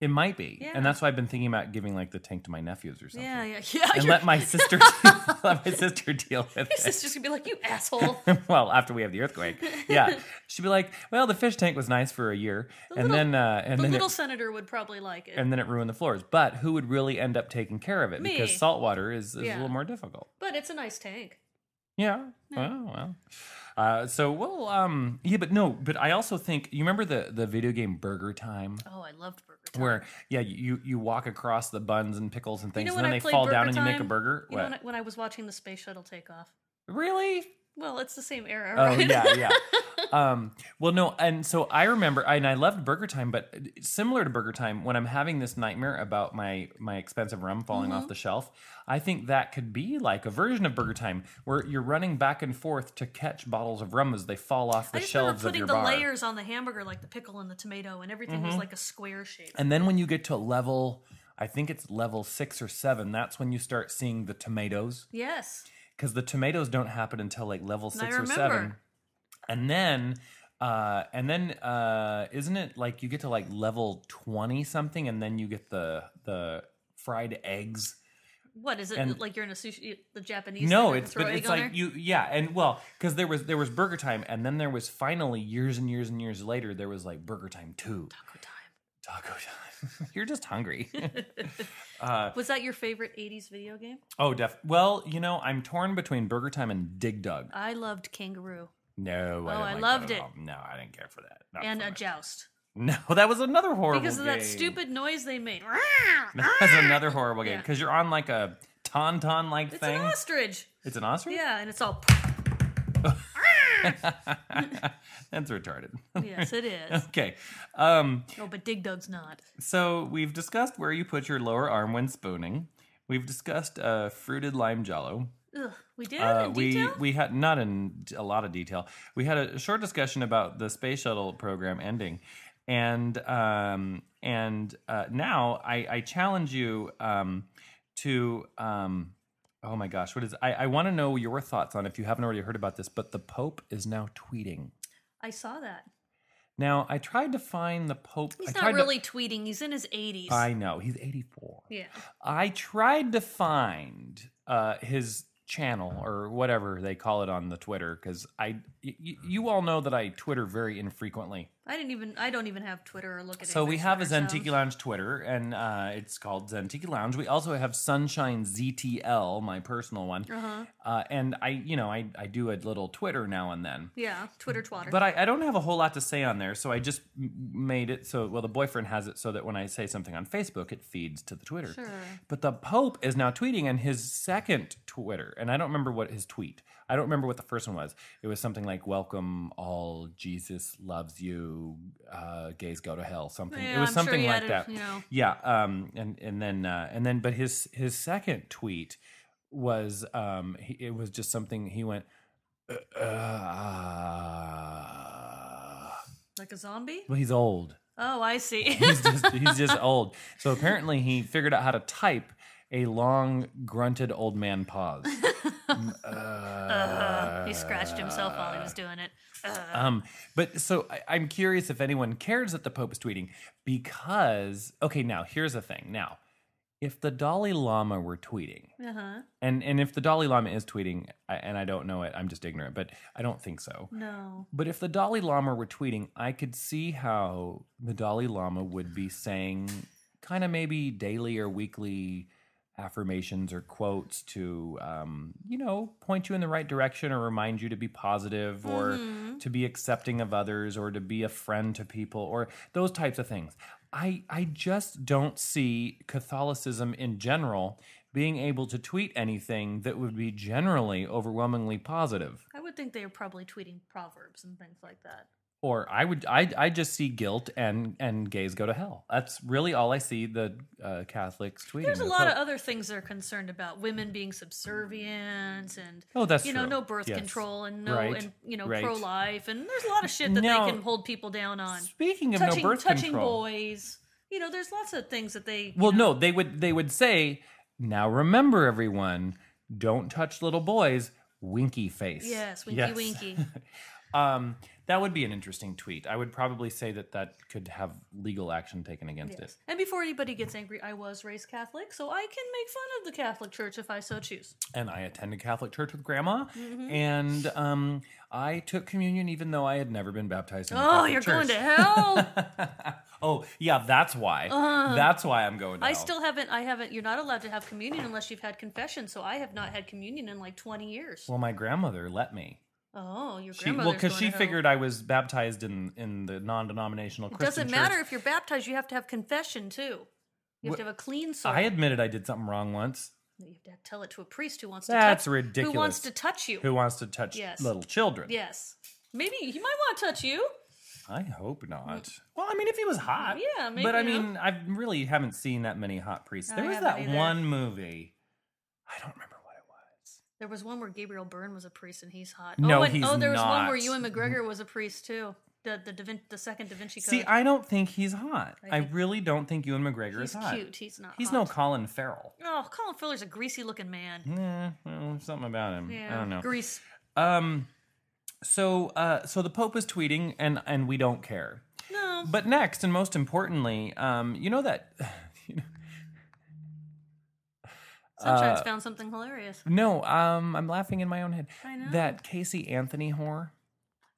[SPEAKER 1] it might be
[SPEAKER 2] Yeah.
[SPEAKER 1] and that's why i've been thinking about giving like the tank to my nephews or something
[SPEAKER 2] Yeah, yeah, yeah.
[SPEAKER 1] and
[SPEAKER 2] your-
[SPEAKER 1] let my sister let my sister deal with
[SPEAKER 2] Your
[SPEAKER 1] it
[SPEAKER 2] sister's gonna be like, "You asshole."
[SPEAKER 1] well, after we have the earthquake, yeah, she'd be like, "Well, the fish tank was nice for a year, and
[SPEAKER 2] little-
[SPEAKER 1] then uh, and
[SPEAKER 2] The
[SPEAKER 1] then
[SPEAKER 2] little
[SPEAKER 1] it,
[SPEAKER 2] senator would probably like it.
[SPEAKER 1] and then it ruined the floors." But who would really end up taking care of it?
[SPEAKER 2] Me.
[SPEAKER 1] Because salt water is, is
[SPEAKER 2] Yeah.
[SPEAKER 1] a little more difficult.
[SPEAKER 2] but it's a nice tank.
[SPEAKER 1] Yeah. Oh well. Uh, so well, um, yeah, but no, but I also think you remember the the video game Burger Time.
[SPEAKER 2] Oh, I loved Burger Time.
[SPEAKER 1] Where yeah you you walk across the buns and pickles and
[SPEAKER 2] you
[SPEAKER 1] things
[SPEAKER 2] know
[SPEAKER 1] and
[SPEAKER 2] when
[SPEAKER 1] then
[SPEAKER 2] I
[SPEAKER 1] they
[SPEAKER 2] played
[SPEAKER 1] fall
[SPEAKER 2] Burger
[SPEAKER 1] down and you make a
[SPEAKER 2] Time?
[SPEAKER 1] burger.
[SPEAKER 2] You
[SPEAKER 1] what?
[SPEAKER 2] know, when I, when I was watching the space shuttle take off.
[SPEAKER 1] really?
[SPEAKER 2] Well, it's the same era,
[SPEAKER 1] Oh
[SPEAKER 2] right?
[SPEAKER 1] yeah, yeah. um, well, no, and so I remember, and I loved Burger Time, but similar to Burger Time, when I'm having this nightmare about my my expensive rum falling
[SPEAKER 2] Mm-hmm.
[SPEAKER 1] off the shelf, I think that could be like a version of Burger Time where you're running back and forth to catch bottles of rum as they fall off the
[SPEAKER 2] I just remember
[SPEAKER 1] shelves of
[SPEAKER 2] putting
[SPEAKER 1] your
[SPEAKER 2] the
[SPEAKER 1] bar. Mm-hmm.
[SPEAKER 2] layers on the hamburger, like the pickle and the tomato, and everything was like a square shape.
[SPEAKER 1] And then when you get to a level, I think it's level six or seven, that's when you start seeing the tomatoes.
[SPEAKER 2] Yes.
[SPEAKER 1] because the tomatoes don't happen until like level
[SPEAKER 2] And I
[SPEAKER 1] six or
[SPEAKER 2] remember.
[SPEAKER 1] seven, and then uh, and then uh, isn't it like you get to like level twenty something, and then you get the the fried eggs.
[SPEAKER 2] What is it?
[SPEAKER 1] And-
[SPEAKER 2] like you're in a sushi, the Japanese?
[SPEAKER 1] no,
[SPEAKER 2] thing,
[SPEAKER 1] it's
[SPEAKER 2] throw
[SPEAKER 1] but
[SPEAKER 2] egg
[SPEAKER 1] it's
[SPEAKER 2] on
[SPEAKER 1] like
[SPEAKER 2] there?
[SPEAKER 1] you yeah, and well because there was there was Burger Time, and then there was finally years and years and years later there was like Burger Time two,
[SPEAKER 2] Taco time.
[SPEAKER 1] Taco Time. You're just hungry.
[SPEAKER 2] Was that your favorite '80s video game?
[SPEAKER 1] oh, def. Well, you know I'm torn between Burger Time and Dig Dug.
[SPEAKER 2] I loved Kangaroo
[SPEAKER 1] No, I, don't
[SPEAKER 2] Oh, I
[SPEAKER 1] like that
[SPEAKER 2] loved
[SPEAKER 1] at
[SPEAKER 2] it.
[SPEAKER 1] all. No, I didn't care for that. Not
[SPEAKER 2] and
[SPEAKER 1] for
[SPEAKER 2] a
[SPEAKER 1] much.
[SPEAKER 2] Joust
[SPEAKER 1] No, that was another horrible
[SPEAKER 2] because of that
[SPEAKER 1] game.
[SPEAKER 2] stupid noise they made.
[SPEAKER 1] That was another horrible game
[SPEAKER 2] Yeah.
[SPEAKER 1] because you're on like a tauntaun like
[SPEAKER 2] It's
[SPEAKER 1] thing.
[SPEAKER 2] an ostrich.
[SPEAKER 1] It's an ostrich.
[SPEAKER 2] Yeah, and it's all.
[SPEAKER 1] That's retarded.
[SPEAKER 2] yes, it is.
[SPEAKER 1] okay, um,
[SPEAKER 2] No, but Dig Dug's not.
[SPEAKER 1] so we've discussed where you put your lower arm when spooning. We've discussed uh, fruited lime jello.
[SPEAKER 2] Ugh, we did
[SPEAKER 1] Uh,
[SPEAKER 2] in
[SPEAKER 1] we
[SPEAKER 2] detail.
[SPEAKER 1] we had not in a lot of detail. We had a short discussion about the space shuttle program ending, and um, and uh, now I, I challenge you um, to um, oh my gosh, what is I, I want to know your thoughts on if you haven't already heard about this, but the Pope is now tweeting.
[SPEAKER 2] I saw that.
[SPEAKER 1] Now I tried to find the Pope. I
[SPEAKER 2] He's
[SPEAKER 1] tried
[SPEAKER 2] not
[SPEAKER 1] to-
[SPEAKER 2] really tweeting. He's in his 80s.
[SPEAKER 1] I know he's eighty four.
[SPEAKER 2] yeah.
[SPEAKER 1] I tried to find uh, his channel or whatever they call it on the Twitter because I, y- y- you all know that I Twitter very infrequently.
[SPEAKER 2] I didn't even. I don't even have Twitter or look at it.
[SPEAKER 1] So we have a Zentiki
[SPEAKER 2] Zentiki.
[SPEAKER 1] Lounge Twitter, and uh, it's called Zentiki Lounge. We also have Sunshine ZTL, my personal one,
[SPEAKER 2] Uh-huh.
[SPEAKER 1] uh, and I, you know, I, I do a little Twitter now and then.
[SPEAKER 2] Yeah, Twitter twatter.
[SPEAKER 1] But I, I don't have a whole lot to say on there, so I just m- made it so. Well, the boyfriend has it so that when I say something on Facebook, it feeds to the Twitter.
[SPEAKER 2] Sure.
[SPEAKER 1] But the Pope is now tweeting on his second Twitter, and I don't remember what his tweet. I don't remember what the first one was. It was something like "Welcome all, Jesus loves you, uh, gays go to hell," something.
[SPEAKER 2] Yeah,
[SPEAKER 1] it was
[SPEAKER 2] I'm sure
[SPEAKER 1] something
[SPEAKER 2] he
[SPEAKER 1] like
[SPEAKER 2] added,
[SPEAKER 1] that.
[SPEAKER 2] you know.
[SPEAKER 1] Yeah, um, and and then uh, and then, but his his second tweet was um, he, it was just something he went. Uh,
[SPEAKER 2] like a zombie?
[SPEAKER 1] well, he's old.
[SPEAKER 2] Oh, I see.
[SPEAKER 1] He's just he's just old. So apparently, he figured out how to type a long, grunted old man pause.
[SPEAKER 2] Uh, he scratched himself while he was doing it. Uh,
[SPEAKER 1] Um, but so I, I'm curious if anyone cares that the Pope is tweeting because okay, now here's the thing. Now, if the Dalai Lama were tweeting,
[SPEAKER 2] uh-huh.
[SPEAKER 1] and and if the Dalai Lama is tweeting, I, and I don't know it, I'm just ignorant, but I don't think so.
[SPEAKER 2] No.
[SPEAKER 1] But if the Dalai Lama were tweeting, I could see how the Dalai Lama would be saying kind of maybe daily or weekly affirmations or quotes to, um, you know, point you in the right direction or remind you to be positive or to be accepting of others or to be a friend to people or those types of things. I, I just don't see Catholicism in general being able to tweet anything that would be generally overwhelmingly positive
[SPEAKER 2] I would think they were probably tweeting proverbs and things like that.
[SPEAKER 1] or I would I I just see guilt and and gays go to hell. That's really all I see the uh, Catholics tweeting.
[SPEAKER 2] There's a
[SPEAKER 1] the
[SPEAKER 2] lot of
[SPEAKER 1] Pope.
[SPEAKER 2] other things they're concerned about: women being subservient, and
[SPEAKER 1] Oh, that's
[SPEAKER 2] you know,
[SPEAKER 1] true.
[SPEAKER 2] no birth
[SPEAKER 1] Yes.
[SPEAKER 2] control, and no,
[SPEAKER 1] Right.
[SPEAKER 2] and you know,
[SPEAKER 1] Right.
[SPEAKER 2] pro-life, and there's a lot of shit that
[SPEAKER 1] Now-
[SPEAKER 2] they can hold people down on.
[SPEAKER 1] Speaking of
[SPEAKER 2] Touching,
[SPEAKER 1] no birth
[SPEAKER 2] touching
[SPEAKER 1] control,
[SPEAKER 2] boys. You know, there's lots of things that they.
[SPEAKER 1] well, no, they would they would say, now remember everyone, don't touch little boys, winky face.
[SPEAKER 2] Yes, winky, winky.
[SPEAKER 1] Um, that would be an interesting tweet. I would probably say that that could have legal action taken against it.
[SPEAKER 2] Yes. And before anybody gets angry, I was raised Catholic, so I can make fun of the Catholic Church if I so choose.
[SPEAKER 1] and I attended Catholic church with grandma,
[SPEAKER 2] Mm-hmm.
[SPEAKER 1] and um, I took communion even though I had never been baptized. In the
[SPEAKER 2] Oh,
[SPEAKER 1] Catholic
[SPEAKER 2] you're going
[SPEAKER 1] church.
[SPEAKER 2] to hell!
[SPEAKER 1] oh yeah, that's why. that's why I'm going to.
[SPEAKER 2] Uh-huh. I
[SPEAKER 1] hell.
[SPEAKER 2] still haven't. I haven't. You're not allowed to have communion unless you've had confession. So I have not had communion in like 20 years.
[SPEAKER 1] Well, my grandmother let me.
[SPEAKER 2] oh, your
[SPEAKER 1] She
[SPEAKER 2] grandmother.
[SPEAKER 1] well, because she figured I was baptized in in the non-denominational.
[SPEAKER 2] It
[SPEAKER 1] Christian
[SPEAKER 2] doesn't matter
[SPEAKER 1] church.
[SPEAKER 2] if you're baptized. You have to have confession too. You have to have a clean soul.
[SPEAKER 1] I admitted I did something wrong once.
[SPEAKER 2] you have to tell it to a priest who wants to.
[SPEAKER 1] That's
[SPEAKER 2] touch,
[SPEAKER 1] ridiculous.
[SPEAKER 2] Who wants to touch you?
[SPEAKER 1] Who wants to touch
[SPEAKER 2] Yes.
[SPEAKER 1] little children?
[SPEAKER 2] Yes. Maybe he might want to touch you.
[SPEAKER 1] I hope not. Well, I mean, if he was hot,
[SPEAKER 2] Mm. Yeah, maybe,
[SPEAKER 1] But I
[SPEAKER 2] you know.
[SPEAKER 1] mean, I really haven't seen that many hot priests.
[SPEAKER 2] I
[SPEAKER 1] There was
[SPEAKER 2] haven't
[SPEAKER 1] that
[SPEAKER 2] either.
[SPEAKER 1] one movie. I don't remember what it was.
[SPEAKER 2] There was one where Gabriel Byrne was a priest and he's hot.
[SPEAKER 1] No,
[SPEAKER 2] oh, and,
[SPEAKER 1] he's
[SPEAKER 2] oh, there was one
[SPEAKER 1] not.
[SPEAKER 2] where
[SPEAKER 1] Mm-hmm.
[SPEAKER 2] Ewan McGregor was a priest too. The the, da Vin- the second Da Vinci Code.
[SPEAKER 1] See, I don't think he's hot. I,
[SPEAKER 2] I think-
[SPEAKER 1] really don't think Ewan McGregor
[SPEAKER 2] he's
[SPEAKER 1] is hot.
[SPEAKER 2] cute. He's not.
[SPEAKER 1] He's
[SPEAKER 2] hot.
[SPEAKER 1] no Colin Farrell.
[SPEAKER 2] Oh, Colin Fuller's a greasy looking man.
[SPEAKER 1] Nah, well, something about him.
[SPEAKER 2] Yeah.
[SPEAKER 1] I don't know.
[SPEAKER 2] Grease.
[SPEAKER 1] Um, so, uh, so the Pope is tweeting, and and we don't care.
[SPEAKER 2] No.
[SPEAKER 1] But next, and most importantly, um, you know that. You know,
[SPEAKER 2] Sunshine's
[SPEAKER 1] Uh,
[SPEAKER 2] found something hilarious.
[SPEAKER 1] no, um, I'm laughing in my own head.
[SPEAKER 2] I know.
[SPEAKER 1] That Casey Anthony whore.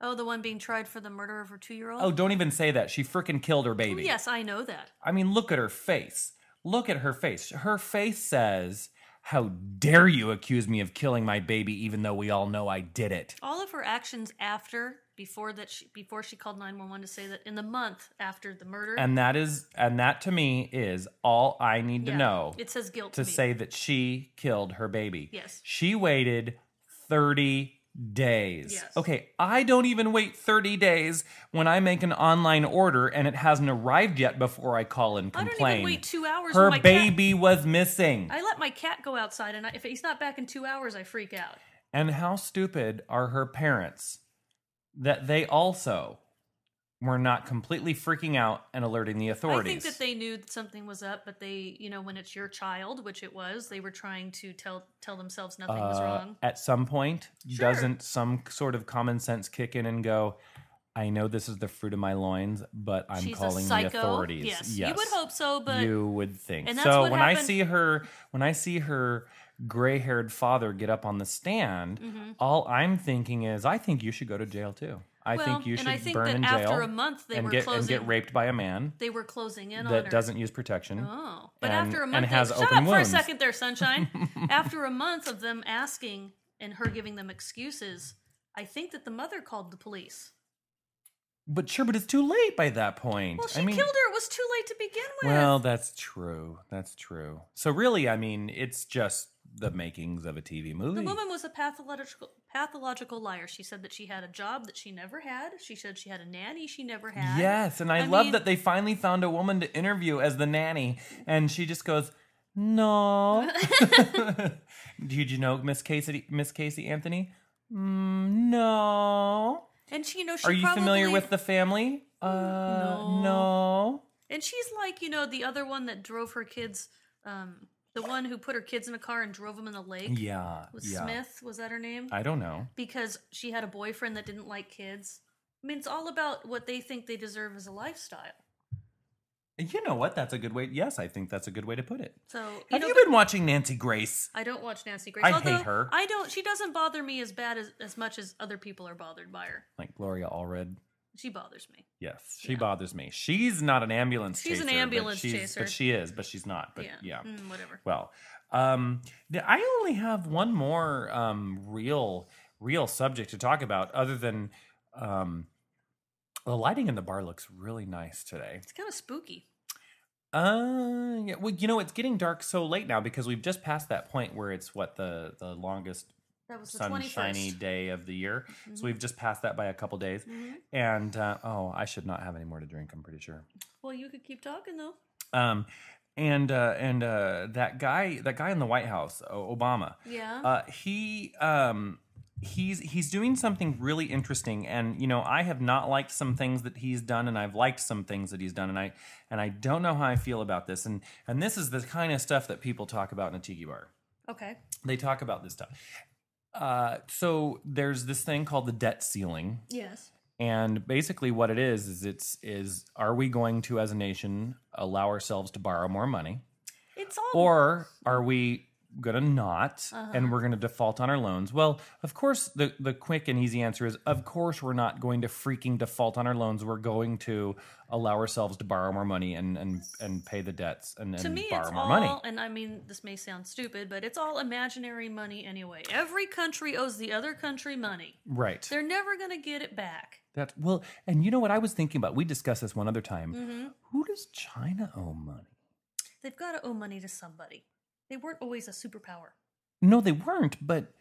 [SPEAKER 2] Oh, the one being tried for the murder of her two year
[SPEAKER 1] Oh,
[SPEAKER 2] old?
[SPEAKER 1] don't even say that. She frickin' killed her baby.
[SPEAKER 2] yes, I know that.
[SPEAKER 1] I mean, look at her face. Look at her face. Her face says, How dare you accuse me of killing my baby, even though we all know I did it.
[SPEAKER 2] All of her actions after, before that, she, before she called 911 to say that in the month after the murder.
[SPEAKER 1] And that is, and that to me is all I need
[SPEAKER 2] Yeah,
[SPEAKER 1] to know
[SPEAKER 2] It says guilt
[SPEAKER 1] to
[SPEAKER 2] me.
[SPEAKER 1] say that she killed her baby.
[SPEAKER 2] Yes.
[SPEAKER 1] She waited 30 days.
[SPEAKER 2] Yes.
[SPEAKER 1] Okay, I don't even wait 30 days when I make an online order and it hasn't arrived yet before I call and
[SPEAKER 2] I don't
[SPEAKER 1] complain.
[SPEAKER 2] even wait two hours
[SPEAKER 1] her
[SPEAKER 2] when my
[SPEAKER 1] baby was missing.
[SPEAKER 2] Cat, I let my cat go outside, and I, if he's not back in two hours, I freak out.
[SPEAKER 1] And how stupid are her parents that they also were not completely freaking out and alerting the
[SPEAKER 2] I
[SPEAKER 1] authorities?
[SPEAKER 2] think that they knew that something was up, but they, you know, when it's your child, which it was, they were trying to tell tell themselves nothing was
[SPEAKER 1] Uh,
[SPEAKER 2] wrong.
[SPEAKER 1] At some point,
[SPEAKER 2] Sure.
[SPEAKER 1] doesn't some sort of common sense kick in and go, I know this is the fruit of my loins, but I'm
[SPEAKER 2] She's
[SPEAKER 1] calling
[SPEAKER 2] a psycho.
[SPEAKER 1] the authorities.
[SPEAKER 2] Yes. you would hope so, but
[SPEAKER 1] you would think.
[SPEAKER 2] And that's
[SPEAKER 1] so
[SPEAKER 2] what
[SPEAKER 1] when I
[SPEAKER 2] happened-
[SPEAKER 1] see her, when I see her
[SPEAKER 2] Mm-hmm.
[SPEAKER 1] gray-haired father get up on the stand, all I'm thinking is, I think you should go to jail too. I
[SPEAKER 2] well,
[SPEAKER 1] think you should
[SPEAKER 2] and I think
[SPEAKER 1] burn
[SPEAKER 2] that
[SPEAKER 1] in
[SPEAKER 2] after a
[SPEAKER 1] jail
[SPEAKER 2] month they
[SPEAKER 1] and
[SPEAKER 2] were
[SPEAKER 1] get and
[SPEAKER 2] closing.
[SPEAKER 1] get raped by a man
[SPEAKER 2] they were closing in on
[SPEAKER 1] that
[SPEAKER 2] her.
[SPEAKER 1] doesn't use protection.
[SPEAKER 2] Oh, but
[SPEAKER 1] and-
[SPEAKER 2] after a
[SPEAKER 1] and
[SPEAKER 2] month,
[SPEAKER 1] has
[SPEAKER 2] of, shut
[SPEAKER 1] open
[SPEAKER 2] up for a
[SPEAKER 1] wounds.
[SPEAKER 2] second there, sunshine. after a month of them asking and her giving them excuses, I think that the mother called the police.
[SPEAKER 1] But sure, but it's too late by that point.
[SPEAKER 2] Well, she
[SPEAKER 1] I mean,
[SPEAKER 2] killed her. It was too late to begin with.
[SPEAKER 1] Well, that's true. That's true. So really, I mean, it's just the makings of a TV movie.
[SPEAKER 2] the woman was a pathological pathological liar. She said that she had a job that she never had. She said she had a nanny she never had.
[SPEAKER 1] Yes, and I,
[SPEAKER 2] I
[SPEAKER 1] love
[SPEAKER 2] mean-
[SPEAKER 1] that they finally found a woman to interview as the nanny, and she just goes, "No." Did you know Miss Casey? Miss Casey Anthony? Mm, no.
[SPEAKER 2] And she, you know, she
[SPEAKER 1] Are you
[SPEAKER 2] probably, Mm,
[SPEAKER 1] familiar with the family? Uh,
[SPEAKER 2] No.
[SPEAKER 1] no.
[SPEAKER 2] And she's like, you know, the other one that drove her kids, um, the one who put her kids in a car and drove them in the lake.
[SPEAKER 1] Yeah.
[SPEAKER 2] Was
[SPEAKER 1] yeah.
[SPEAKER 2] Smith? Was that her name?
[SPEAKER 1] I don't know.
[SPEAKER 2] because she had a boyfriend that didn't like kids. I mean, it's all about what they think they deserve as a lifestyle.
[SPEAKER 1] You know what? That's a good way. Yes, I think that's a good way to put it.
[SPEAKER 2] So you
[SPEAKER 1] Have
[SPEAKER 2] know,
[SPEAKER 1] you
[SPEAKER 2] but
[SPEAKER 1] been watching Nancy Grace?
[SPEAKER 2] I don't watch Nancy Grace.
[SPEAKER 1] I hate
[SPEAKER 2] although
[SPEAKER 1] her.
[SPEAKER 2] I don't. She doesn't bother me as bad as as much as other people are bothered by her.
[SPEAKER 1] Like Gloria Allred.
[SPEAKER 2] She bothers me.
[SPEAKER 1] Yes, she
[SPEAKER 2] Yeah.
[SPEAKER 1] bothers me. She's not an ambulance
[SPEAKER 2] She's
[SPEAKER 1] chaser.
[SPEAKER 2] an
[SPEAKER 1] but
[SPEAKER 2] ambulance
[SPEAKER 1] she's-
[SPEAKER 2] chaser.
[SPEAKER 1] But she is, but she's not. But
[SPEAKER 2] yeah.
[SPEAKER 1] yeah.
[SPEAKER 2] Mm, whatever.
[SPEAKER 1] Well, um, th- I only have one more um, real, real subject to talk about other than um, the lighting in the bar looks really nice today.
[SPEAKER 2] It's kind of spooky.
[SPEAKER 1] Uh, yeah, well, you know, it's getting dark so late now because we've just passed that point where it's what the, the longest
[SPEAKER 2] That was the Mm-hmm. twenty
[SPEAKER 1] sunshiny
[SPEAKER 2] first.
[SPEAKER 1] day of the year. So we've just passed that by a couple days.
[SPEAKER 2] Mhm.
[SPEAKER 1] And uh, oh, I should not have any more to drink, I'm pretty sure.
[SPEAKER 2] Well, you could keep talking though.
[SPEAKER 1] Um, and uh, and uh, that guy, that guy in the White House, O- Obama,
[SPEAKER 2] Yeah.
[SPEAKER 1] uh, he um, he's he's doing something really interesting. And you know, I have not liked some things that he's done, and I've liked some things that he's done, and I and I don't know how I feel about this. And and this is the kind of stuff that people talk about in a tiki bar.
[SPEAKER 2] okay.
[SPEAKER 1] They talk about this stuff. Uh, so there's this thing called the debt ceiling,
[SPEAKER 2] Yes.
[SPEAKER 1] and basically, what it is is it's is are we going to, as a nation, allow ourselves to borrow more money,
[SPEAKER 2] It's all.
[SPEAKER 1] or are we going to not,
[SPEAKER 2] Uh-huh.
[SPEAKER 1] and we're going to default on our loans? Well, of course, the the quick and easy answer is of course we're not going to freaking default on our loans. We're going to allow ourselves to borrow more money and and and pay the debts and, and
[SPEAKER 2] to me,
[SPEAKER 1] borrow
[SPEAKER 2] it's
[SPEAKER 1] more
[SPEAKER 2] all,
[SPEAKER 1] money.
[SPEAKER 2] and I mean, this may sound stupid, but it's all imaginary money anyway. Every country owes the other country money.
[SPEAKER 1] Right.
[SPEAKER 2] They're never going to get it back.
[SPEAKER 1] That well, and you know what I was thinking about. We discussed this one other time.
[SPEAKER 2] Mm-hmm.
[SPEAKER 1] Who does China owe money?
[SPEAKER 2] They've got to owe money to somebody. They weren't always a superpower.
[SPEAKER 1] No, they weren't. But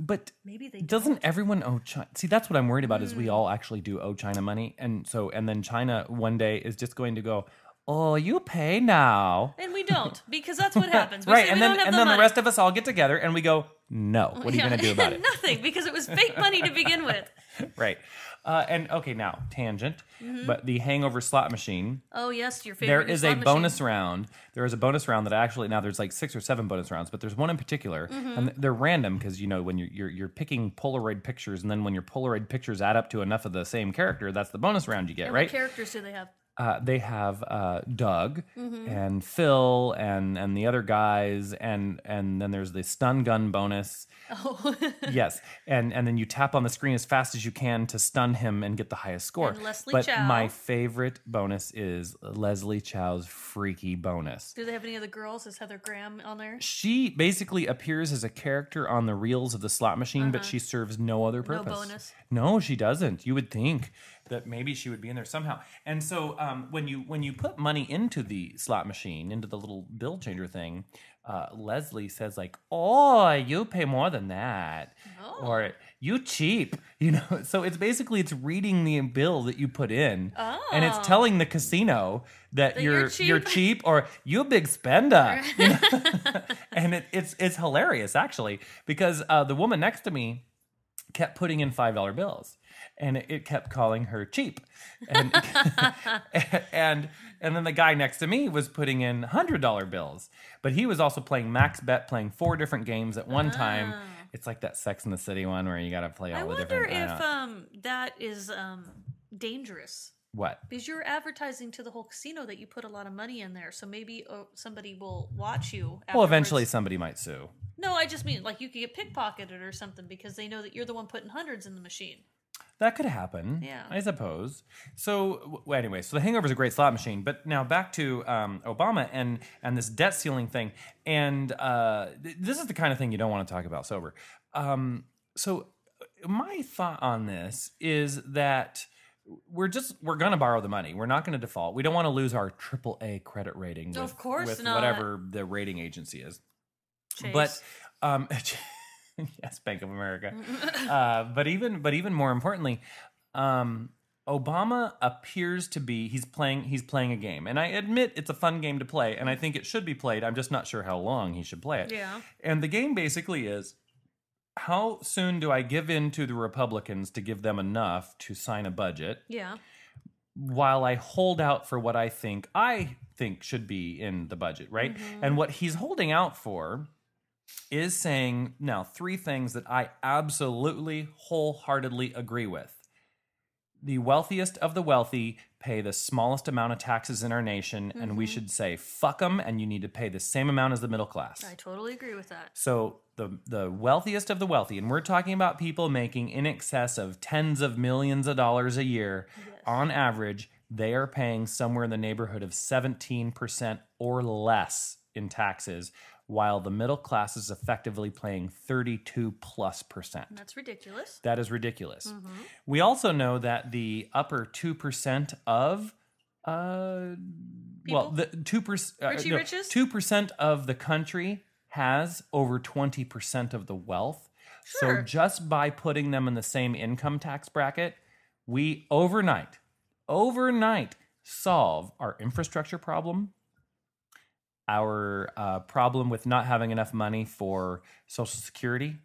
[SPEAKER 1] but
[SPEAKER 2] Maybe they
[SPEAKER 1] doesn't everyone owe China? See, that's what I'm worried about. Is we all actually do owe China money, and so and then China one day is just going to go, oh, you pay now,
[SPEAKER 2] And we don't, because that's what happens. We
[SPEAKER 1] right?
[SPEAKER 2] say
[SPEAKER 1] and
[SPEAKER 2] we
[SPEAKER 1] then
[SPEAKER 2] don't have
[SPEAKER 1] and
[SPEAKER 2] the
[SPEAKER 1] then
[SPEAKER 2] money.
[SPEAKER 1] the rest of us all get together and we go, no, what are you
[SPEAKER 2] Yeah.
[SPEAKER 1] going to do about it?
[SPEAKER 2] Nothing, because it was fake money to begin with.
[SPEAKER 1] Right. Uh, and okay, now tangent,
[SPEAKER 2] Mm-hmm.
[SPEAKER 1] but the Hangover slot machine.
[SPEAKER 2] Oh yes, your
[SPEAKER 1] there
[SPEAKER 2] favorite.
[SPEAKER 1] is a
[SPEAKER 2] slot machine.
[SPEAKER 1] bonus round. There is a bonus round that I actually now there's like six or seven bonus rounds, but there's one in particular,
[SPEAKER 2] Mm-hmm.
[SPEAKER 1] and they're random because you know when you're, you're you're picking Polaroid pictures, and then when your Polaroid pictures add up to enough of the same character, that's the bonus round you get,
[SPEAKER 2] And What
[SPEAKER 1] right?
[SPEAKER 2] characters do they have?
[SPEAKER 1] uh, they have uh, Doug
[SPEAKER 2] Mm-hmm.
[SPEAKER 1] and Phil and and the other guys, and and then there's the stun gun bonus.
[SPEAKER 2] Oh,
[SPEAKER 1] yes, and and then you tap on the screen as fast as you can to stun him and get the highest score.
[SPEAKER 2] And Leslie
[SPEAKER 1] but
[SPEAKER 2] Chow.
[SPEAKER 1] my favorite bonus is Leslie Chow's freaky bonus.
[SPEAKER 2] do they have any of the girls? Is Heather Graham on there?
[SPEAKER 1] She basically appears as a character on the reels of the slot machine, but she serves no other purpose.
[SPEAKER 2] bonus.
[SPEAKER 1] No, she doesn't. You would think that maybe she would be in there somehow. And so um, when you when you put money into the slot machine, into the little bill changer thing, uh, Leslie says like, "Oh, you pay more than that," or "You cheap," you know. So it's basically it's reading the bill that you put in, and it's telling the casino that,
[SPEAKER 2] you're
[SPEAKER 1] you're you're
[SPEAKER 2] cheap.
[SPEAKER 1] cheap or you a big spender. you know? and it, it's it's hilarious actually because uh, the woman next to me kept putting in five dollar bills, and it, it kept calling her cheap, and and and then the guy next to me was putting in hundred dollar bills, but he was also playing max bet, playing four different games at one time. It's like that Sex in the City one where you got to play all
[SPEAKER 2] Ah. I
[SPEAKER 1] the
[SPEAKER 2] wonder
[SPEAKER 1] different. I
[SPEAKER 2] if
[SPEAKER 1] don't-
[SPEAKER 2] um, that is um, dangerous
[SPEAKER 1] what
[SPEAKER 2] because you're advertising to the whole casino that you put a lot of money in there. So maybe oh, somebody will watch you.
[SPEAKER 1] well, eventually
[SPEAKER 2] afterwards.
[SPEAKER 1] somebody might sue.
[SPEAKER 2] No, I just mean like you could get pickpocketed or something because they know that you're the one putting hundreds in the machine.
[SPEAKER 1] That could happen.
[SPEAKER 2] Yeah.
[SPEAKER 1] I suppose. So w- anyway, so the Hangover is a great slot machine. But now back to um, Obama and and this debt ceiling thing. And uh, th- this is the kind of thing you don't want to talk about sober. Um, so uh, my thought on this is that we're just we're gonna borrow the money. We're not gonna default. We don't want to lose our AAA credit rating.
[SPEAKER 2] Of
[SPEAKER 1] with-
[SPEAKER 2] course
[SPEAKER 1] with
[SPEAKER 2] not.
[SPEAKER 1] whatever the rating agency is.
[SPEAKER 2] Chase.
[SPEAKER 1] But um, yes, Bank of America. uh, but even but even more importantly, um, Obama appears to be he's playing he's playing a game, and I admit it's a fun game to play, and I think it should be played. I'm just not sure how long he should play it.
[SPEAKER 2] yeah,
[SPEAKER 1] And the game basically is. How soon do I give in to the Republicans to give them enough to sign a budget
[SPEAKER 2] yeah,
[SPEAKER 1] while I hold out for what I think I think should be in the budget, right? And what he's holding out for is saying now three things that I absolutely wholeheartedly agree with. The wealthiest of the wealthy pay the smallest amount of taxes in our nation, and we should say, fuck them, and you need to pay the same amount as the middle class.
[SPEAKER 2] I totally agree with that.
[SPEAKER 1] So the the wealthiest of the wealthy, and we're talking about people making in excess of tens of millions of dollars a year on average, they are paying somewhere in the neighborhood of 17% or less in taxes, while the middle class is effectively paying 32 plus percent.
[SPEAKER 2] That's ridiculous. Mm-hmm.
[SPEAKER 1] That is ridiculous. We also know that the upper 2% of uh well,
[SPEAKER 2] People?
[SPEAKER 1] the 2% uh,
[SPEAKER 2] Richie riches?
[SPEAKER 1] 2% of the country has over 20% of the wealth. So
[SPEAKER 2] Sure.
[SPEAKER 1] just by putting them in the same income tax bracket, we overnight overnight solve our infrastructure problem, our uh, problem with not having enough money for Social Security,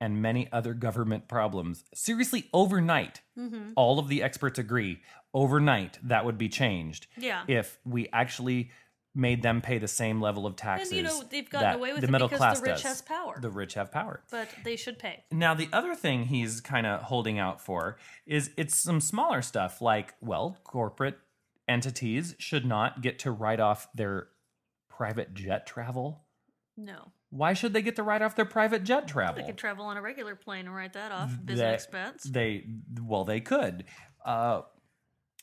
[SPEAKER 1] and many other government problems. Seriously, overnight,
[SPEAKER 2] Mm-hmm.
[SPEAKER 1] all of the experts agree overnight that would be changed
[SPEAKER 2] Yeah.
[SPEAKER 1] if we actually made them pay the same level of taxes.
[SPEAKER 2] you know, they've gotten
[SPEAKER 1] that
[SPEAKER 2] away with
[SPEAKER 1] the
[SPEAKER 2] it
[SPEAKER 1] middle
[SPEAKER 2] because
[SPEAKER 1] class
[SPEAKER 2] the
[SPEAKER 1] does.
[SPEAKER 2] rich has power.
[SPEAKER 1] The rich have power.
[SPEAKER 2] But they should pay.
[SPEAKER 1] Now, the other thing he's kind of holding out for is it's some smaller stuff like, well, corporate entities should not get to write off their private jet travel.
[SPEAKER 2] No,
[SPEAKER 1] Why should they get to write off their private jet
[SPEAKER 2] they
[SPEAKER 1] travel?
[SPEAKER 2] could travel on a regular plane and write that off business
[SPEAKER 1] that
[SPEAKER 2] expense.
[SPEAKER 1] They well, they could. Uh,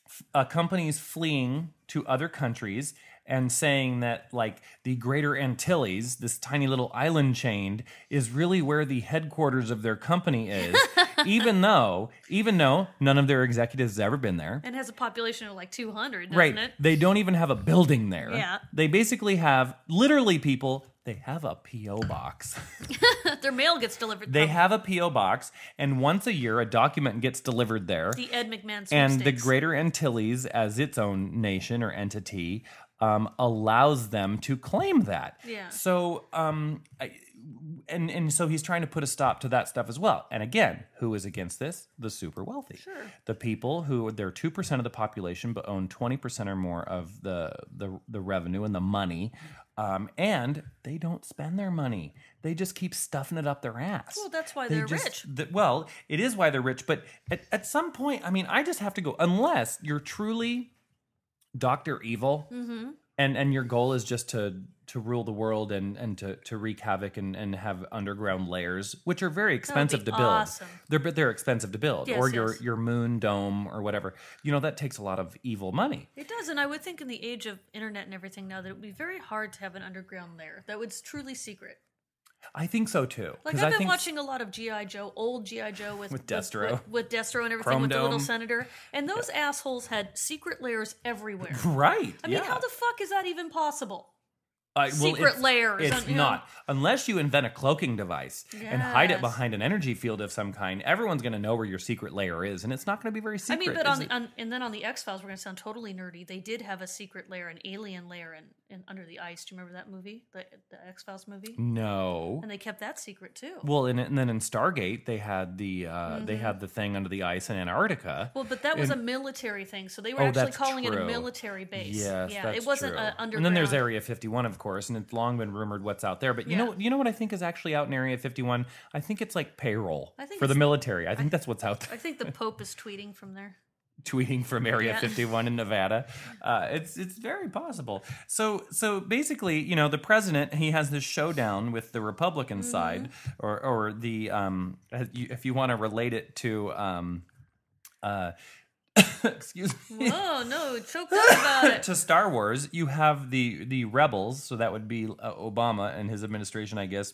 [SPEAKER 1] f- uh, companies fleeing to other countries and saying that like the Greater Antilles, this tiny little island chain, is really where the headquarters of their company is, even though even though none of their executives has ever been there.
[SPEAKER 2] and has a population of like 200, doesn't
[SPEAKER 1] Right.
[SPEAKER 2] it?
[SPEAKER 1] They don't even have a building there.
[SPEAKER 2] Yeah.
[SPEAKER 1] They basically have literally people. They have a PO box.
[SPEAKER 2] Their mail gets delivered.
[SPEAKER 1] They
[SPEAKER 2] from
[SPEAKER 1] have a PO box, and once a year, a document gets delivered there.
[SPEAKER 2] the Ed McMahon
[SPEAKER 1] and the
[SPEAKER 2] sweepstakes.
[SPEAKER 1] Greater Antilles, as its own nation or entity, um, allows them to claim that.
[SPEAKER 2] Yeah.
[SPEAKER 1] So, um, I, and and so he's trying to put a stop to that stuff as well. And again, who is against this? The super wealthy.
[SPEAKER 2] Sure.
[SPEAKER 1] The people who they're two percent of the population, but own twenty percent or more of the the the revenue and the money. Um, and they don't spend their money. They just keep stuffing it up their ass.
[SPEAKER 2] Well, that's why
[SPEAKER 1] They
[SPEAKER 2] they're
[SPEAKER 1] just-
[SPEAKER 2] rich.
[SPEAKER 1] th- well, it is why they're rich, but at, at some point, I mean, I just have to go, unless you're truly Dr. Evil
[SPEAKER 2] Mm-hmm.
[SPEAKER 1] and, and your goal is just to, to rule the world and, and to, to wreak havoc and, and have underground layers, which are very expensive to
[SPEAKER 2] be
[SPEAKER 1] build.
[SPEAKER 2] awesome.
[SPEAKER 1] They're, but they're expensive to build.
[SPEAKER 2] Yes,
[SPEAKER 1] or your,
[SPEAKER 2] yes.
[SPEAKER 1] your moon dome or whatever. You know, that takes a lot of evil money.
[SPEAKER 2] It does, and I would think in the age of internet and everything now that it would be very hard to have an underground layer that was truly secret.
[SPEAKER 1] I think so too.
[SPEAKER 2] Like
[SPEAKER 1] 'cause
[SPEAKER 2] I've
[SPEAKER 1] I
[SPEAKER 2] been
[SPEAKER 1] think-
[SPEAKER 2] watching a lot of GI Joe, old GI Joe with
[SPEAKER 1] With
[SPEAKER 2] with-
[SPEAKER 1] Destro.
[SPEAKER 2] with, with Destro and everything
[SPEAKER 1] Chrome
[SPEAKER 2] with the little
[SPEAKER 1] Dome.
[SPEAKER 2] senator, and those assholes had secret layers everywhere.
[SPEAKER 1] Right.
[SPEAKER 2] I mean,
[SPEAKER 1] yeah.
[SPEAKER 2] how the fuck is that even possible?
[SPEAKER 1] I-
[SPEAKER 2] secret
[SPEAKER 1] it's-
[SPEAKER 2] layers
[SPEAKER 1] It's
[SPEAKER 2] on- you know?
[SPEAKER 1] not unless you invent a cloaking device and hide it
[SPEAKER 2] Yes.
[SPEAKER 1] behind an energy field of some kind. Everyone's going to know where your secret layer is, and it's not going to be very
[SPEAKER 2] I
[SPEAKER 1] secret.
[SPEAKER 2] mean, but
[SPEAKER 1] is
[SPEAKER 2] on,
[SPEAKER 1] it?
[SPEAKER 2] the, on and then on the X Files, we're going to sound totally nerdy. They did have a secret layer, an alien layer, in, in under the ice. Do you remember that movie, the, the X Files movie?
[SPEAKER 1] Mm. no.
[SPEAKER 2] And they kept that secret too.
[SPEAKER 1] Well, and, and then in Stargate, they had the uh, they had the thing under the ice in Antarctica.
[SPEAKER 2] Mm-hmm. Well, but that was a military thing, so they were
[SPEAKER 1] Oh,
[SPEAKER 2] actually
[SPEAKER 1] that's
[SPEAKER 2] calling it
[SPEAKER 1] true.
[SPEAKER 2] a military base.
[SPEAKER 1] Yes,
[SPEAKER 2] yeah,
[SPEAKER 1] that's
[SPEAKER 2] it wasn't
[SPEAKER 1] true.
[SPEAKER 2] a underground.
[SPEAKER 1] And then there's Area 51, of course, and it's long been rumored what's out there. But you
[SPEAKER 2] Yeah.
[SPEAKER 1] know, you know what I think is actually out in Area 51. I think it's like payroll
[SPEAKER 2] I think
[SPEAKER 1] for the
[SPEAKER 2] it's-
[SPEAKER 1] military. I think that's what's out there.
[SPEAKER 2] I think the Pope is tweeting from there.
[SPEAKER 1] tweeting from Area
[SPEAKER 2] Yeah.
[SPEAKER 1] 51 in Nevada. Uh, it's it's very possible. So so basically, you know, the president he has this showdown with the Republican side, or or the um, if you want to relate it to um, uh, excuse me.
[SPEAKER 2] Whoa, no, so good about it.
[SPEAKER 1] to Star Wars, you have the the rebels, so that would be uh, Obama and his administration, I guess,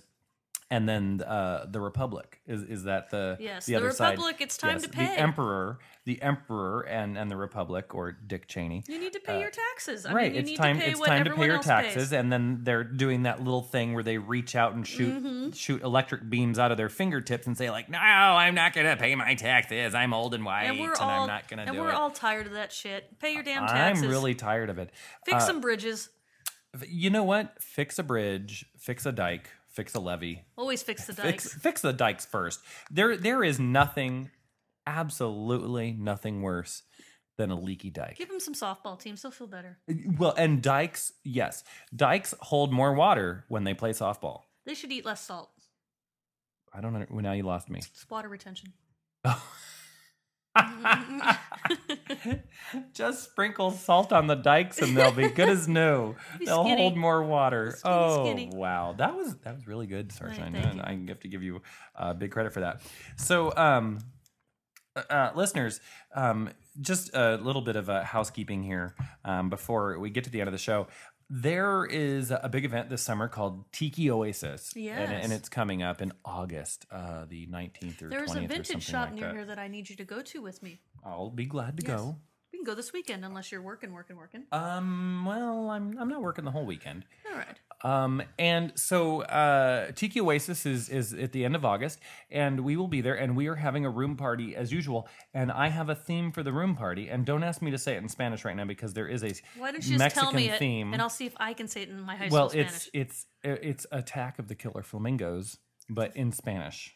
[SPEAKER 1] and then uh, the Republic. Is is that the
[SPEAKER 2] Yes,
[SPEAKER 1] the,
[SPEAKER 2] the
[SPEAKER 1] other
[SPEAKER 2] Republic,
[SPEAKER 1] Side?
[SPEAKER 2] it's time to pay.
[SPEAKER 1] The Emperor, the Emperor, and and the Republic, or Dick Cheney.
[SPEAKER 2] You need to pay your taxes. I
[SPEAKER 1] Uh, right,
[SPEAKER 2] mean, you
[SPEAKER 1] it's
[SPEAKER 2] need
[SPEAKER 1] time.
[SPEAKER 2] to pay
[SPEAKER 1] it's
[SPEAKER 2] what
[SPEAKER 1] time to
[SPEAKER 2] everyone
[SPEAKER 1] pay your
[SPEAKER 2] else
[SPEAKER 1] taxes,
[SPEAKER 2] Pays.
[SPEAKER 1] and then they're doing that little thing where they reach out and shoot
[SPEAKER 2] Mm-hmm.
[SPEAKER 1] shoot electric beams out of their fingertips and say like, "No, I'm not going to pay my taxes. I'm old and white,
[SPEAKER 2] And
[SPEAKER 1] and,
[SPEAKER 2] we're all
[SPEAKER 1] I'm not going to
[SPEAKER 2] and
[SPEAKER 1] do
[SPEAKER 2] we're
[SPEAKER 1] it."
[SPEAKER 2] all tired of that shit. Pay your damn
[SPEAKER 1] I'm
[SPEAKER 2] taxes.
[SPEAKER 1] really uh, tired of it.
[SPEAKER 2] fix some bridges.
[SPEAKER 1] You know what? Fix a bridge, fix a dike, fix a levee.
[SPEAKER 2] Always fix the dikes.
[SPEAKER 1] Fix fix the dikes first. There there is nothing absolutely nothing worse than a leaky dike.
[SPEAKER 2] Give them some softball teams. They'll feel better.
[SPEAKER 1] Well, and dikes, yes. Dikes hold more water when they play softball.
[SPEAKER 2] They should eat less salt.
[SPEAKER 1] I don't know. Well, now you lost me.
[SPEAKER 2] It's water retention.
[SPEAKER 1] Just sprinkle salt on the dikes and they'll be good as new.
[SPEAKER 2] Be
[SPEAKER 1] they'll
[SPEAKER 2] skinny.
[SPEAKER 1] hold more water.
[SPEAKER 2] Skinny,
[SPEAKER 1] oh
[SPEAKER 2] skinny.
[SPEAKER 1] wow, that was that was really good, Sarshine.
[SPEAKER 2] thank
[SPEAKER 1] and I have to give you uh, big credit for that. So, um, uh, listeners, um, just a little bit of uh, housekeeping here um, before we get to the end of the show. There is a big event this summer called Tiki Oasis, and,
[SPEAKER 2] Yes.
[SPEAKER 1] and it's coming up in August, uh, the nineteenth or
[SPEAKER 2] There's
[SPEAKER 1] 20th or
[SPEAKER 2] a
[SPEAKER 1] something
[SPEAKER 2] vintage shop
[SPEAKER 1] like
[SPEAKER 2] near
[SPEAKER 1] that.
[SPEAKER 2] here that I need you to go to with me.
[SPEAKER 1] I'll be glad to
[SPEAKER 2] Yes.
[SPEAKER 1] go.
[SPEAKER 2] We can go this weekend unless you're working, working, working.
[SPEAKER 1] Um, well, I'm I'm not working the whole weekend.
[SPEAKER 2] All right.
[SPEAKER 1] Um, and so uh, Tiki Oasis is is at the end of August, and we will be there, and we are having a room party as usual. And I have a theme for the room party, and don't ask me to say it in Spanish right now because there is a
[SPEAKER 2] Why don't you just
[SPEAKER 1] Mexican
[SPEAKER 2] tell me it,
[SPEAKER 1] theme.
[SPEAKER 2] and I'll see if I can say it in my high school
[SPEAKER 1] well,
[SPEAKER 2] Spanish.
[SPEAKER 1] it's it's it's Attack of the Killer Flamingos, but in Spanish.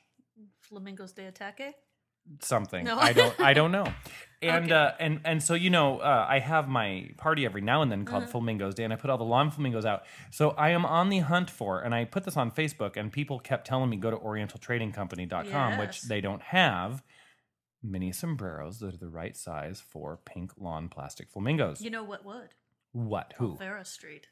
[SPEAKER 2] Flamingos de ataque.
[SPEAKER 1] something.
[SPEAKER 2] No.
[SPEAKER 1] I don't. I don't know. And
[SPEAKER 2] Okay.
[SPEAKER 1] uh, and and so you know, uh, I have my party every now and then called
[SPEAKER 2] Mm-hmm.
[SPEAKER 1] Flamingos Day, and I put all the lawn flamingos out. So I am on the hunt for, and I put this on Facebook, and people kept telling me go to OrientalTradingCompany.com, which
[SPEAKER 2] Yes.
[SPEAKER 1] they don't have. Mini sombreros that are the right size for pink lawn plastic flamingos.
[SPEAKER 2] You know what would?
[SPEAKER 1] What? Who?
[SPEAKER 2] Vera Street.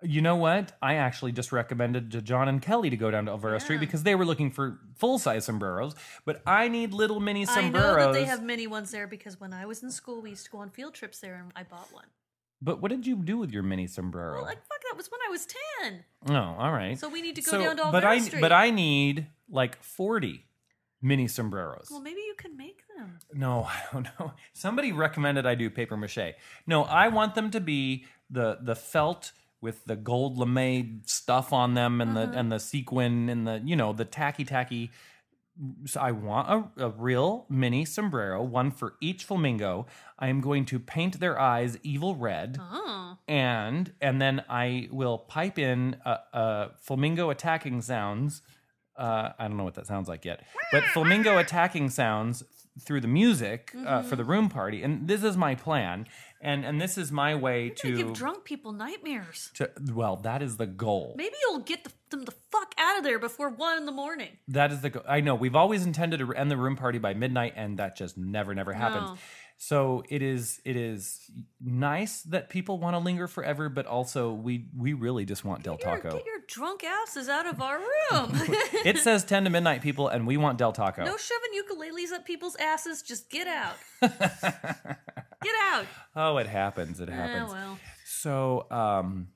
[SPEAKER 1] You know what? I actually just recommended to John and Kelly to go down to Alvaro Street
[SPEAKER 2] Yeah.
[SPEAKER 1] because they were looking for full size sombreros, but I need little mini
[SPEAKER 2] I
[SPEAKER 1] sombreros.
[SPEAKER 2] know that they have many ones there because when I was in school, we used to go on field trips there, and I bought one.
[SPEAKER 1] But what did you do with your mini sombrero?
[SPEAKER 2] Well, like fuck, that was when I was ten.
[SPEAKER 1] oh, all right.
[SPEAKER 2] So we need to go
[SPEAKER 1] So,
[SPEAKER 2] down to Alvaro
[SPEAKER 1] but I
[SPEAKER 2] Street.
[SPEAKER 1] but I need like forty mini sombreros.
[SPEAKER 2] well, maybe you can make them.
[SPEAKER 1] no, I don't know. Somebody recommended I do paper mache. No, I want them to be the the felt with the gold lame stuff on them and
[SPEAKER 2] Uh-huh.
[SPEAKER 1] the and the sequin and the you know the tacky tacky. So I want a, a real mini sombrero, one for each flamingo. I am going to paint their eyes evil red
[SPEAKER 2] Oh,
[SPEAKER 1] and and then I will pipe in uh, uh, flamingo attacking sounds. Uh, I don't know what that sounds like yet, but flamingo attacking sounds through the music uh,
[SPEAKER 2] Mm-hmm.
[SPEAKER 1] for the room party, and this is my plan, and and this is my way
[SPEAKER 2] to give
[SPEAKER 1] to,
[SPEAKER 2] drunk people nightmares.
[SPEAKER 1] to well, that is the goal.
[SPEAKER 2] Maybe you'll get the, them the fuck out of there before one in the morning.
[SPEAKER 1] That is the go- I know we've always intended to end the room party by midnight, and that just never never happens.
[SPEAKER 2] No.
[SPEAKER 1] So it is it is nice that people want to linger forever, but also we we really just want Del
[SPEAKER 2] Here,
[SPEAKER 1] Taco.
[SPEAKER 2] Get your drunk asses out of our room.
[SPEAKER 1] It says 10 to midnight, people, and we want Del Taco.
[SPEAKER 2] no shoving ukuleles up people's asses. Just get out. get out.
[SPEAKER 1] Oh, it happens. It
[SPEAKER 2] Eh,
[SPEAKER 1] happens.
[SPEAKER 2] well,
[SPEAKER 1] So, um,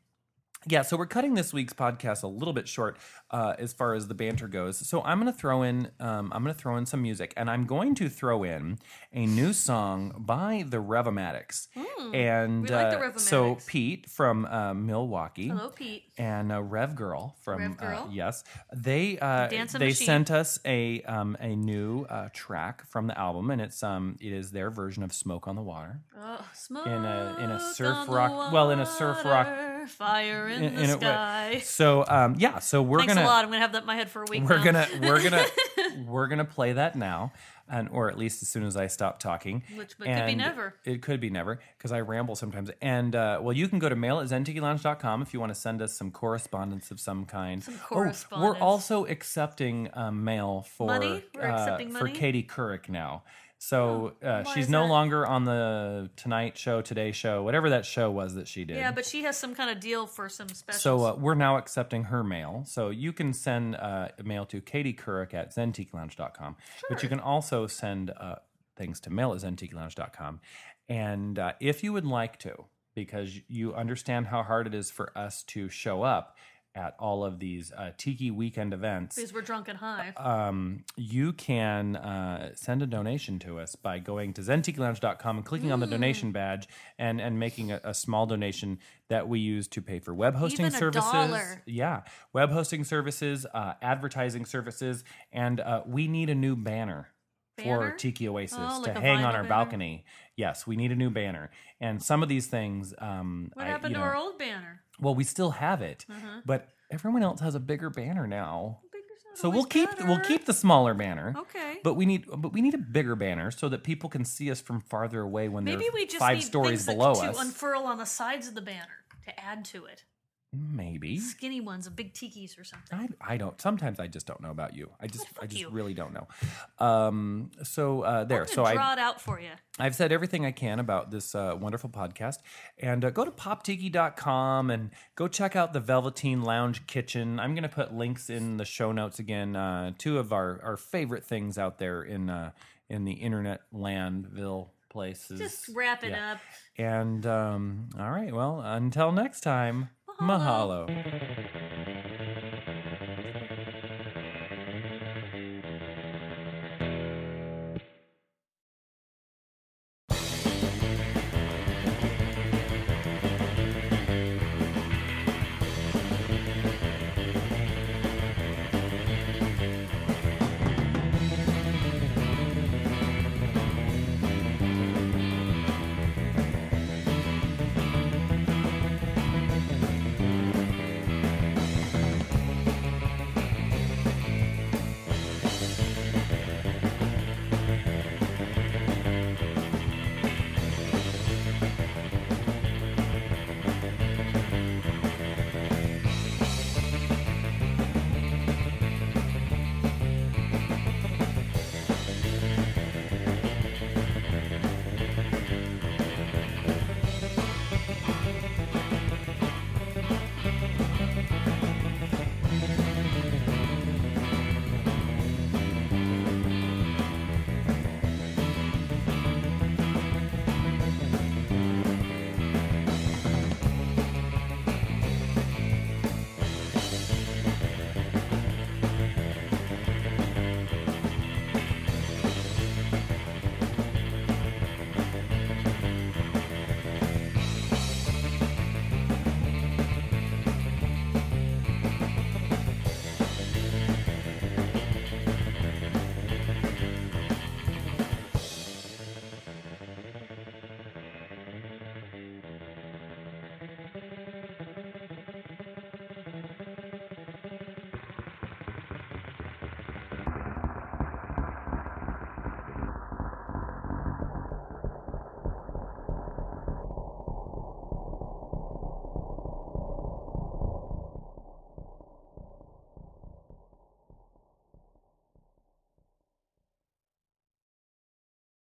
[SPEAKER 1] yeah, so we're cutting this week's podcast a little bit short uh, as far as the banter goes. So I'm gonna throw in, um, I'm gonna throw in some music, and I'm going to throw in a new song by the Revomatics. and
[SPEAKER 2] Hmm. we like the
[SPEAKER 1] uh, so
[SPEAKER 2] Revomatics.
[SPEAKER 1] Pete from uh, Milwaukee,
[SPEAKER 2] hello, Pete.
[SPEAKER 1] and uh, Rev Girl from
[SPEAKER 2] Rev Girl?
[SPEAKER 1] Uh, yes, they uh, they
[SPEAKER 2] Dancing Machine.
[SPEAKER 1] sent us a um, a new uh, track from the album, and it's um it is their version of "Smoke on the Water"
[SPEAKER 2] Oh, smoke
[SPEAKER 1] in a- in a surf
[SPEAKER 2] on the
[SPEAKER 1] rock- well, in a surf rock-
[SPEAKER 2] water, Fire in, the
[SPEAKER 1] a way.
[SPEAKER 2] sky.
[SPEAKER 1] So um yeah, so we're
[SPEAKER 2] Thanks
[SPEAKER 1] gonna
[SPEAKER 2] a lot. I'm gonna have that in my head for a week.
[SPEAKER 1] we're
[SPEAKER 2] now.
[SPEAKER 1] gonna we're gonna we're gonna play that now, and or at least as soon as I stop talking,
[SPEAKER 2] Which- but could be
[SPEAKER 1] And
[SPEAKER 2] never.
[SPEAKER 1] It could be never because I ramble sometimes. And uh, well, you can go to mail at zentikilounge.com if you want to send us some correspondence of some kind. Some
[SPEAKER 2] correspondence.
[SPEAKER 1] we're also accepting um, mail for
[SPEAKER 2] Money? We're
[SPEAKER 1] uh,
[SPEAKER 2] accepting
[SPEAKER 1] for
[SPEAKER 2] money? Oh,
[SPEAKER 1] Katie Couric now. So uh,
[SPEAKER 2] why
[SPEAKER 1] she's
[SPEAKER 2] is
[SPEAKER 1] no
[SPEAKER 2] that?
[SPEAKER 1] longer on the Tonight Show, Today Show, whatever that show was that she did.
[SPEAKER 2] Yeah, but she has some kind of deal for some specials.
[SPEAKER 1] So uh, we're now accepting her mail. So you can send uh, mail to Katie Couric at zentiquelounge.com. But you can also send uh, things to mail is antiquelounge.com. And uh, if you would like to, because you understand how hard it is for us to show up at all of these uh, tiki weekend events,
[SPEAKER 2] Because we're drunk and high.
[SPEAKER 1] um, you can uh, send a donation to us by going to zentiquelounge.com and clicking on
[SPEAKER 2] Hmm.
[SPEAKER 1] the donation badge and, and making a, a small donation that we use to pay for web hosting
[SPEAKER 2] Even a
[SPEAKER 1] services.
[SPEAKER 2] dollar.
[SPEAKER 1] Yeah, web hosting services, uh, advertising services, and uh, we need a new banner. For
[SPEAKER 2] Banner?
[SPEAKER 1] Tiki Oasis
[SPEAKER 2] Oh,
[SPEAKER 1] to
[SPEAKER 2] like a
[SPEAKER 1] hang on
[SPEAKER 2] vinyl
[SPEAKER 1] our
[SPEAKER 2] banner?
[SPEAKER 1] balcony, yes, we need a new banner. And some of these things, um,
[SPEAKER 2] what
[SPEAKER 1] I-
[SPEAKER 2] happened
[SPEAKER 1] you
[SPEAKER 2] to
[SPEAKER 1] know,
[SPEAKER 2] our old banner?
[SPEAKER 1] well, we still have it,
[SPEAKER 2] Uh-huh.
[SPEAKER 1] but everyone else has a bigger banner now.
[SPEAKER 2] Bigger's not
[SPEAKER 1] So we'll
[SPEAKER 2] always
[SPEAKER 1] keep
[SPEAKER 2] better.
[SPEAKER 1] we'll keep the smaller banner.
[SPEAKER 2] Okay.
[SPEAKER 1] But we need but we need a bigger banner so that people can see us from farther away when
[SPEAKER 2] Maybe
[SPEAKER 1] they're
[SPEAKER 2] we just
[SPEAKER 1] five
[SPEAKER 2] need
[SPEAKER 1] stories
[SPEAKER 2] things that-
[SPEAKER 1] below
[SPEAKER 2] to
[SPEAKER 1] us.
[SPEAKER 2] unfurl on the sides of the banner to add to it.
[SPEAKER 1] Maybe.
[SPEAKER 2] Skinny ones, of big tikis or something.
[SPEAKER 1] I, I don't sometimes I just don't know about you. I just I
[SPEAKER 2] Oh, fuck
[SPEAKER 1] just
[SPEAKER 2] you.
[SPEAKER 1] really don't know. Um so uh there.
[SPEAKER 2] I'm gonna
[SPEAKER 1] So I
[SPEAKER 2] draw it out for you.
[SPEAKER 1] I've said everything I can about this uh, wonderful podcast. And uh, go to poptiki.com and go check out the Velveteen Lounge Kitchen. I'm going to put links in the show notes again. Uh, two of our, our favorite things out there in uh, in the internet landville places.
[SPEAKER 2] Just wrap it
[SPEAKER 1] Yeah.
[SPEAKER 2] up.
[SPEAKER 1] And um, all right, well, until next time, mahalo.